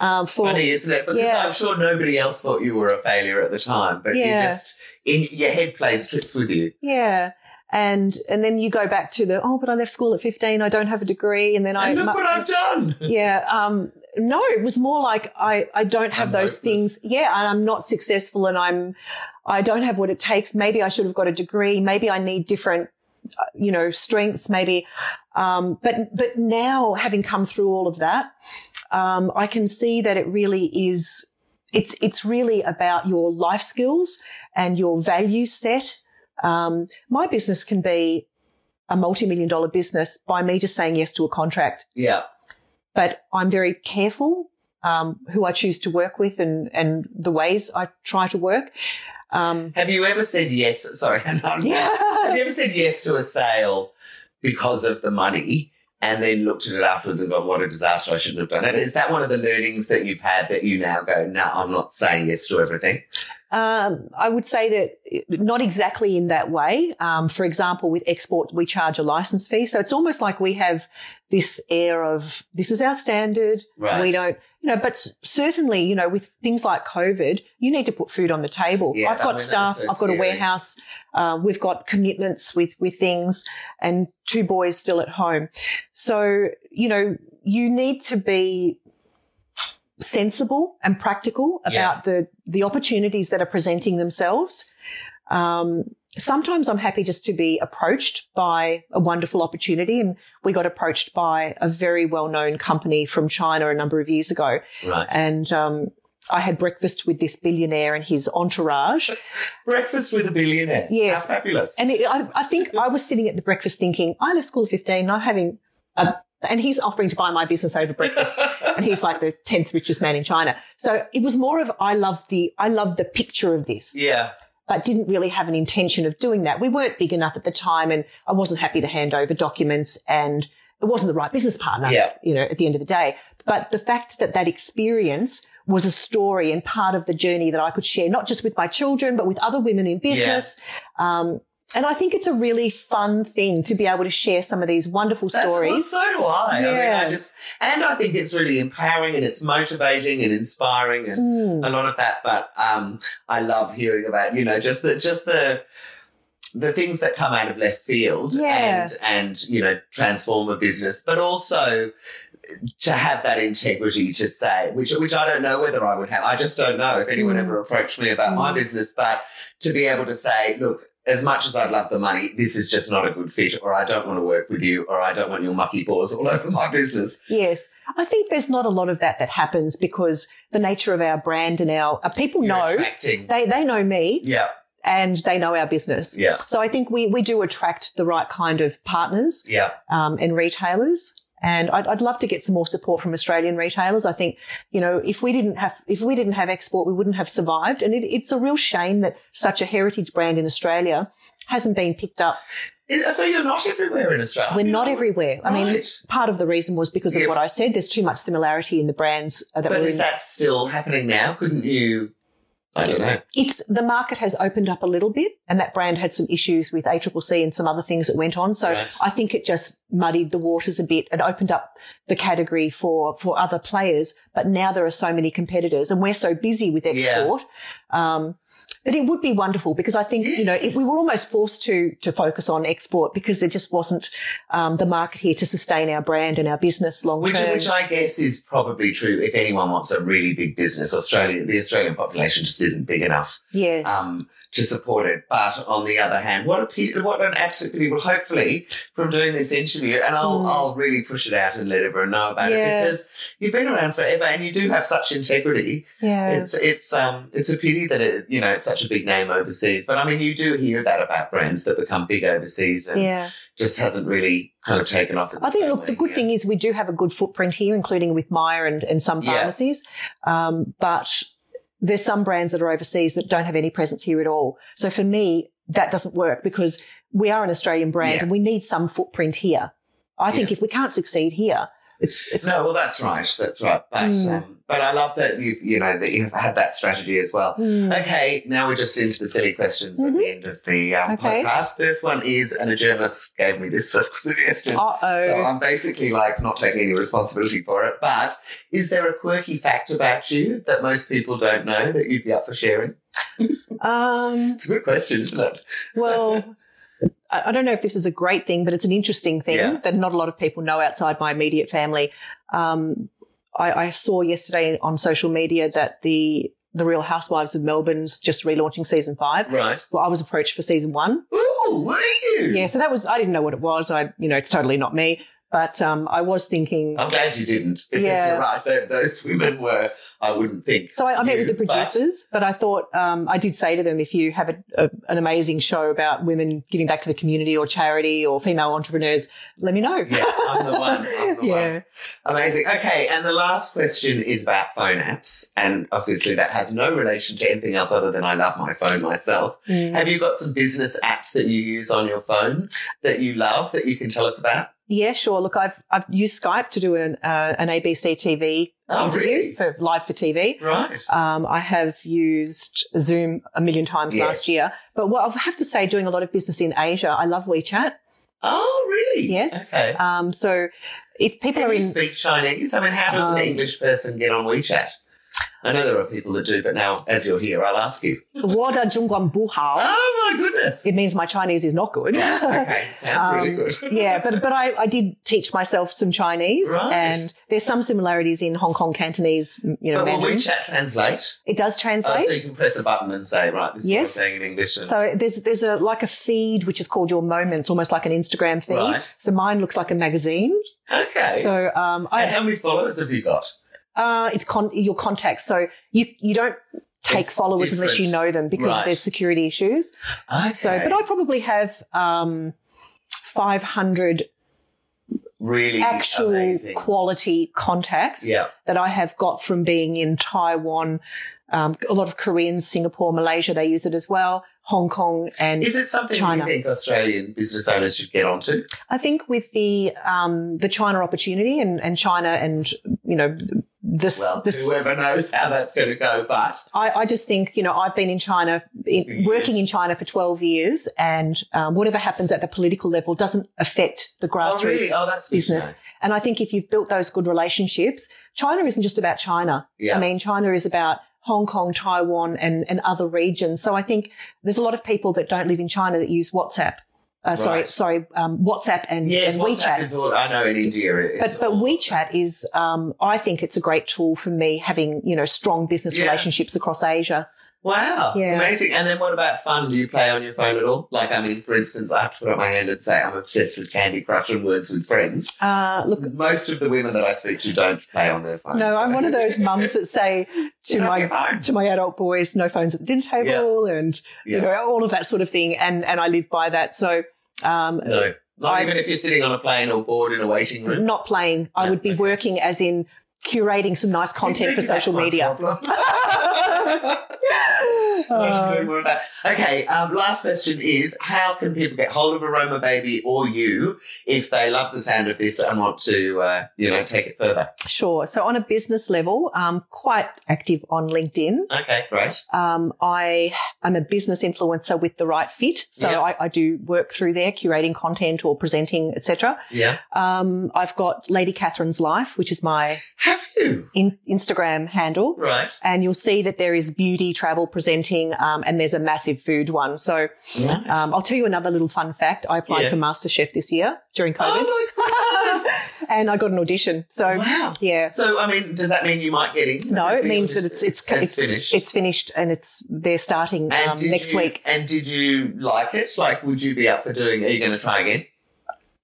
S2: Um, for
S1: Funny, isn't it? Because
S2: Yeah.
S1: I'm sure nobody else thought you were a failure at the time, but
S2: Yeah.
S1: you just in your head plays tricks with you.
S2: yeah. And and then you go back to the oh, but I left school at fifteen. I don't have a degree, and then I
S1: and look
S2: mu-
S1: what I've done.
S2: yeah um no it was more like i i don't have
S1: I'm
S2: those
S1: hopeless.
S2: things yeah and i'm not successful and i'm i don't have what it takes maybe i should have got a degree maybe i need different uh, you know strengths maybe um but but now having come through all of that um i can see that it really is it's it's really about your life skills and your value set um my business can be a multi-million dollar business by me just saying yes to a contract
S1: Yeah,
S2: but I'm very careful um, who I choose to work with and and the ways I try to work. Um,
S1: Have you ever said yes? Sorry, Hannah. Have
S2: yeah.
S1: you ever said yes to a sale because of the money and then looked at it afterwards and gone, what a disaster, I shouldn't have done it? Is that one of the learnings that you've had that you now go, no, I'm not saying yes to everything?
S2: Um, I would say that not exactly in that way. Um, for example, with export, we charge a license fee. So it's almost like we have this air of this is our standard.
S1: Right.
S2: We don't, you know, but s- certainly, you know, with things like COVID, you need to put food on the table.
S1: Yeah,
S2: I've
S1: I
S2: got
S1: mean, that's
S2: staff,
S1: so
S2: I've got a
S1: scary.
S2: warehouse, uh, we've got commitments with, with things and two boys still at home. So, you know, you need to be sensible and practical
S1: Yeah.
S2: about the, the opportunities that are presenting themselves. Um, sometimes I'm happy just to be approached by a wonderful opportunity. And we got approached by a very well known company from China a number of years ago.
S1: Right.
S2: And, um, I had breakfast with this billionaire and his entourage.
S1: Breakfast with a billionaire.
S2: Yes.
S1: How fabulous.
S2: And it, I, I think I was sitting at the breakfast thinking, I left school at 15 and I'm having a, and he's offering to buy my business over breakfast. and he's like the 10th richest man in China. So it was more of, I love the, I love the picture of this,
S1: yeah.
S2: but didn't really have an intention of doing that. We weren't big enough at the time and I wasn't happy to hand over documents and it wasn't the right business partner,
S1: Yeah.
S2: you know, at the end of the day. But the fact that that experience was a story and part of the journey that I could share, not just with my children, but with other women in business. Um, and I think it's a really fun thing to be able to share some of these wonderful
S1: That's- well,
S2: stories.
S1: so do I. I
S2: Yeah.
S1: mean, I just, and I think it's really empowering and it's motivating and inspiring and
S2: Mm.
S1: a lot of that. But um, I love hearing about you know just the just the the things that come out of left field
S2: Yeah.
S1: and and you know transform a business, but also to have that integrity to say which which I don't know whether I would have. I just don't know if anyone
S2: Mm.
S1: ever approached me about my
S2: Mm.
S1: business, but to be able to say, look. As much as I love the money, this is just not a good fit, or I don't want to work with you, or I don't want your mucky paws all over my business.
S2: Yes. I think there's not a lot of that that happens because the nature of our brand and our uh, people
S1: You're
S2: know
S1: attracting.
S2: they, they know me
S1: Yeah,
S2: and they know our business.
S1: yeah,
S2: So I think we, we do attract the right kind of partners
S1: yeah.
S2: um, and retailers. And I'd, I'd love to get some more support from Australian retailers. I think, you know, if we didn't have if we didn't have export, we wouldn't have survived. And it, it's a real shame that such a heritage brand in Australia hasn't been picked up.
S1: Is- So you're not everywhere in Australia.
S2: We're not
S1: everywhere.
S2: everywhere. I mean,
S1: Right.
S2: part of the reason was because of
S1: Yeah.
S2: what I said. There's too much similarity in the brands uh, that
S1: but
S2: were
S1: is
S2: in.
S1: that still happening now? Couldn't you? I don't know.
S2: it's the market has opened up a little bit, and that brand had some issues with ACCC and some other things that went on. So
S1: Right.
S2: I think it just muddied the waters a bit and opened up the category for for other players. But now there are so many competitors, and we're so busy with export. Um, but it would be wonderful because I think you know if we were
S1: Yes.
S2: almost forced to to focus on export because there just wasn't um, the market here to sustain our brand and our business long
S1: Which,
S2: term.
S1: which I guess is probably true if anyone wants a really big business. Australia, the Australian population just isn't big enough
S2: yes.
S1: um, to support it. But on the other hand, what a pe- what an absolute people. Hopefully, from doing this interview, and I'll
S2: Mm.
S1: I'll really push it out and let everyone know about
S2: Yeah.
S1: it because you've been around forever and you do have such integrity.
S2: yeah.
S1: It's it's um it's a pity that it you know it's such a big name overseas, but I mean you do hear that about brands that become big overseas and
S2: yeah.
S1: just hasn't really kind of taken off. in
S2: I think,
S1: same
S2: look, the
S1: way
S2: good
S1: here.
S2: thing is we do have a good footprint here, including with Myer and, and some
S1: Yeah.
S2: pharmacies. Um, but there's some brands that are overseas that don't have any presence here at all. So for me, that doesn't work because we are an Australian brand
S1: Yeah.
S2: and we need some footprint here. I think
S1: Yeah.
S2: if we can't succeed here, it's, it's
S1: no, well that's right, that's right. But
S2: Mm.
S1: um, but I love that you have you know that you've had that strategy as well.
S2: Hmm.
S1: Okay, now we're just into the silly questions at
S2: Mhm.
S1: the end of the um,
S2: Okay.
S1: podcast. First one is, and a journalist gave me this suggestion.
S2: Uh-oh.
S1: So um, I'm basically like not taking any responsibility for it. But is there a quirky fact about you that most people don't know that you'd be up for sharing?
S2: um,
S1: It's a good question, isn't it?
S2: well, I I don't know if this is a great thing, but it's an interesting thing
S1: Yeah.
S2: that not a lot of people know outside my immediate family. Um, I, I saw yesterday on social media that the the Real Housewives of Melbourne's just relaunching season five.
S1: Right.
S2: Well, I was approached for season one.
S1: Ooh, were you?
S2: Yeah, so that was I didn't know what it was. I you know it's totally not me, but um, I was thinking.
S1: I'm glad you didn't because
S2: Yeah.
S1: you're right. tho- Those women were, I wouldn't think.
S2: So I, I met
S1: you,
S2: with the
S1: but-
S2: producers, but, I thought um, I did say to them, if you have a, a, an amazing show about women giving back to the community or charity or female entrepreneurs, let me know.
S1: yeah, I'm the one. I'm the one. Amazing. Okay, and the last question is about phone apps, and obviously that has no relation to anything else other than I love my phone myself.
S2: Mm.
S1: Have you got some business apps that you use on your phone that you love that you can tell us about?
S2: Yeah, sure. Look, I've I've used Skype to do an uh, an ABC TV
S1: Oh,
S2: interview
S1: really?
S2: for live for TV.
S1: Right.
S2: Um, I have used Zoom a million times
S1: Yes.
S2: last year, but what I have to say, doing a lot of business in Asia, I love WeChat.
S1: Oh, really?
S2: Yes.
S1: Okay.
S2: Um, so if people
S1: Can
S2: are
S1: you
S2: in,
S1: speak Chinese? I mean, how does
S2: Um,
S1: an English person get on WeChat? I know there are people that do, but now as you're here, I'll ask you.
S2: Wada Zhongguan Buhao,
S1: Oh my goodness!
S2: it means my Chinese is not good.
S1: Right, okay, sounds really
S2: Um,
S1: good.
S2: yeah, but but I, I did teach myself some Chinese,
S1: Right.
S2: and there's some similarities in Hong Kong Cantonese. You know,
S1: but will
S2: Mandarin.
S1: WeChat translate?
S2: it does
S1: Oh,
S2: translate.
S1: so you can press a button and say, right, this
S2: Yes.
S1: is what I'm saying in English. And,
S2: So there's there's a like a feed which is called your moments, almost like an Instagram feed.
S1: Right.
S2: So mine looks like a magazine.
S1: okay.
S2: So um,
S1: and
S2: I
S1: how many followers have you got?
S2: uh, it's con- your contacts. So you you don't take
S1: It's
S2: followers unless you know them because
S1: Right.
S2: there's security issues.
S1: Okay.
S2: So, but I probably have um, 500
S1: really
S2: actual
S1: amazing.
S2: quality contacts
S1: yeah.
S2: that I have got from being in Taiwan. Um, a lot of Koreans, Singapore, Malaysia, they use it as well. Hong Kong and
S1: Is it something
S2: China.
S1: you think Australian business owners should get onto?
S2: I think with the um, the China opportunity and, and China and you know this
S1: Well,
S2: this
S1: whoever knows how that's going to go, but
S2: I, I just think you know I've been in China
S1: For
S2: in,
S1: years.
S2: working in China for twelve years and um, whatever happens at the political level doesn't affect the grassroots.
S1: oh, really? Oh, that's good to
S2: Business.
S1: know.
S2: And I think if you've built those good relationships, China isn't just about China.
S1: Yeah.
S2: I mean, China is about Hong Kong, Taiwan, and, and other regions. So I think there's a lot of people that don't live in China that use WhatsApp. Uh, Sorry,
S1: Right.
S2: sorry, um, WhatsApp and,
S1: yes,
S2: and
S1: WhatsApp
S2: WeChat.
S1: is all- I know in India. It's
S2: But but
S1: all-
S2: WeChat is, um, I think it's a great tool for me having you know strong business
S1: Yeah.
S2: relationships across Asia.
S1: Wow,
S2: Yeah.
S1: amazing. And then what about fun? Do you play on your phone at all? Like, I mean, for instance, I have to put up my hand and say I'm obsessed with Candy Crush and Words with Friends.
S2: Uh, look,
S1: Most of the women that I speak to don't play on their phone.
S2: no, I'm
S1: so-
S2: one of those mums that say to
S1: Get off your
S2: my
S1: phone.
S2: to my adult boys, no phones at the dinner table, and
S1: Yeah.
S2: you know all of that sort of thing, and and I live by that. So. Um,
S1: No, not
S2: I-
S1: even if you're sitting on a plane or bored in a waiting room.
S2: Not playing. I
S1: No,
S2: would be
S1: okay.
S2: working as in curating some nice content for
S1: Maybe that's
S2: social
S1: my
S2: media.
S1: problem. I
S2: Uh, Um,
S1: should do more of that. Okay, um, last question is how can people get hold of Aroma Baby or you if they love the sound of this and want to, uh, you know, take it further?
S2: Sure. So on a business level, I'm quite active on LinkedIn.
S1: Okay, great.
S2: Um, I am a business influencer with the right fit, so
S1: Yeah.
S2: I, I do work through there, curating content or presenting, etc.
S1: Yeah.
S2: Um, I've got Lady Catherine's Life, which is my
S1: Have you?
S2: in- Instagram handle,
S1: Right.
S2: and you'll see that there is beauty, travel, presenting, um, and there's a massive food one. So um, I'll tell you another little fun fact. I applied
S1: Yeah.
S2: for MasterChef this year during COVID,
S1: Oh my
S2: and I got an audition. So
S1: goodness. wow.
S2: yeah,
S1: So, I mean, does that mean you might get in?
S2: no,
S1: Because
S2: it
S1: the
S2: means that it's
S1: audition-
S2: it's it's,
S1: finished.
S2: it's finished and it's they're starting
S1: And
S2: um,
S1: did
S2: next
S1: you-
S2: week.
S1: And did you like it? Like, would you be up for doing? Are you going to try again?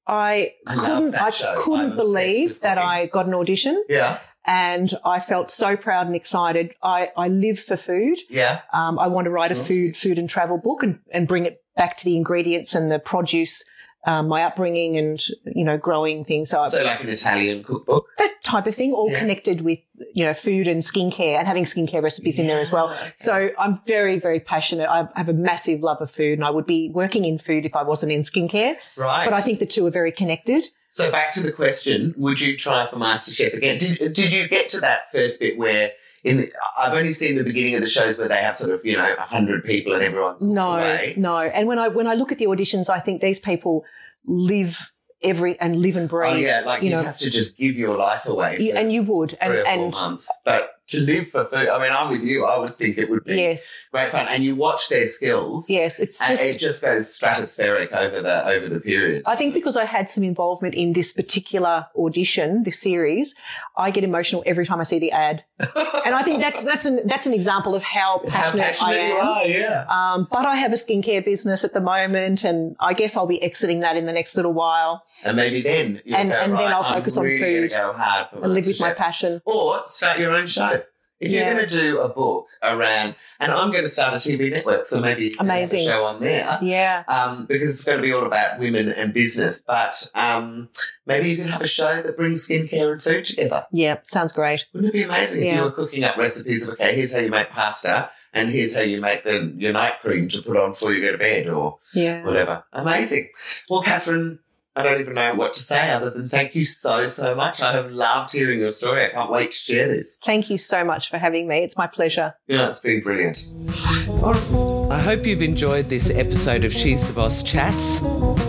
S2: I
S1: I love
S2: couldn't
S1: that
S2: I
S1: show. I'm
S2: couldn't
S1: obsessed
S2: believe
S1: with
S2: that
S1: cooking.
S2: I got an audition
S1: Yeah,
S2: and I felt so proud and excited. I, I live for food.
S1: yeah.
S2: Um, I want to write a
S1: Right.
S2: food, food and travel book and, and bring it back to the ingredients and the produce, um, my upbringing and, you know, growing things. So, I-
S1: So, like an Italian cookbook,
S2: that type of thing, all
S1: Yeah.
S2: connected with, you know, food and skincare and having skincare recipes in there as well.
S1: Yeah, okay.
S2: So I'm very, very passionate. I have a massive love of food and I would be working in food if I wasn't in skincare,
S1: right?
S2: but I think the two are very connected.
S1: so, back to the question: Would you try for MasterChef again? Did Did you get to that first bit where? In the, I've only seen the beginning of the shows where they have sort of you know hundred people and everyone cooks
S2: No,
S1: away.
S2: no. And when I when I look at the auditions, I think these people live every and live and breathe.
S1: Oh yeah, like
S2: you
S1: you would
S2: know.
S1: have to just give your life away.
S2: You-
S1: for-
S2: and you would, and
S1: three or four
S2: and
S1: months. But to live for food, I mean, I'm with you. I would think it would be
S2: yes,
S1: great fun. And you watch their skills.
S2: yes, it's
S1: and
S2: just.
S1: it just goes stratospheric over the over the period.
S2: I think because I had some involvement in this particular audition, this series, I get emotional every time I see the ad, and I think that's that's an that's an example of how
S1: How
S2: passionate,
S1: passionate you
S2: I am.
S1: are, yeah.
S2: Um, but I have a skincare business at the moment, and I guess I'll be exiting that in the next little while
S1: And maybe then you'll
S2: And-
S1: go,
S2: and then
S1: "Right,
S2: I'll
S1: I'm
S2: focus on
S1: really gonna
S2: food
S1: Go hard for
S2: and live with my
S1: MasterChef."
S2: passion.
S1: Or start your own show. If
S2: Yeah.
S1: you're going to do a book around, and I'm going to start a TV network, so maybe you can have a
S2: Amazing.
S1: show on there.
S2: Yeah.
S1: Um, because it's going to be all about women and business, but um, maybe you could have a show that brings skincare and food together.
S2: Yeah. Sounds great.
S1: Wouldn't it be amazing if
S2: Yeah.
S1: you were cooking up recipes of okay, here's how you make pasta, and here's how you make the your night cream to put on before you go to bed, or
S2: Yeah.
S1: whatever. Amazing. Well, Catherine, I don't even know what to say other than thank you so, so much. I have loved hearing your story. I can't wait to share this.
S2: Thank you so much for having me. It's my pleasure.
S1: Yeah, it's been brilliant.
S3: I hope you've enjoyed this episode of She's the Boss Chats.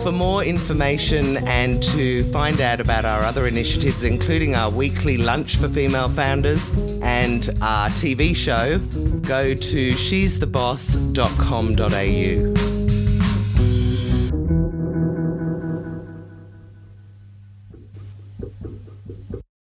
S3: For more information and to find out about our other initiatives, including our weekly lunch for female founders and our TV show, go to she'stheboss.com.au.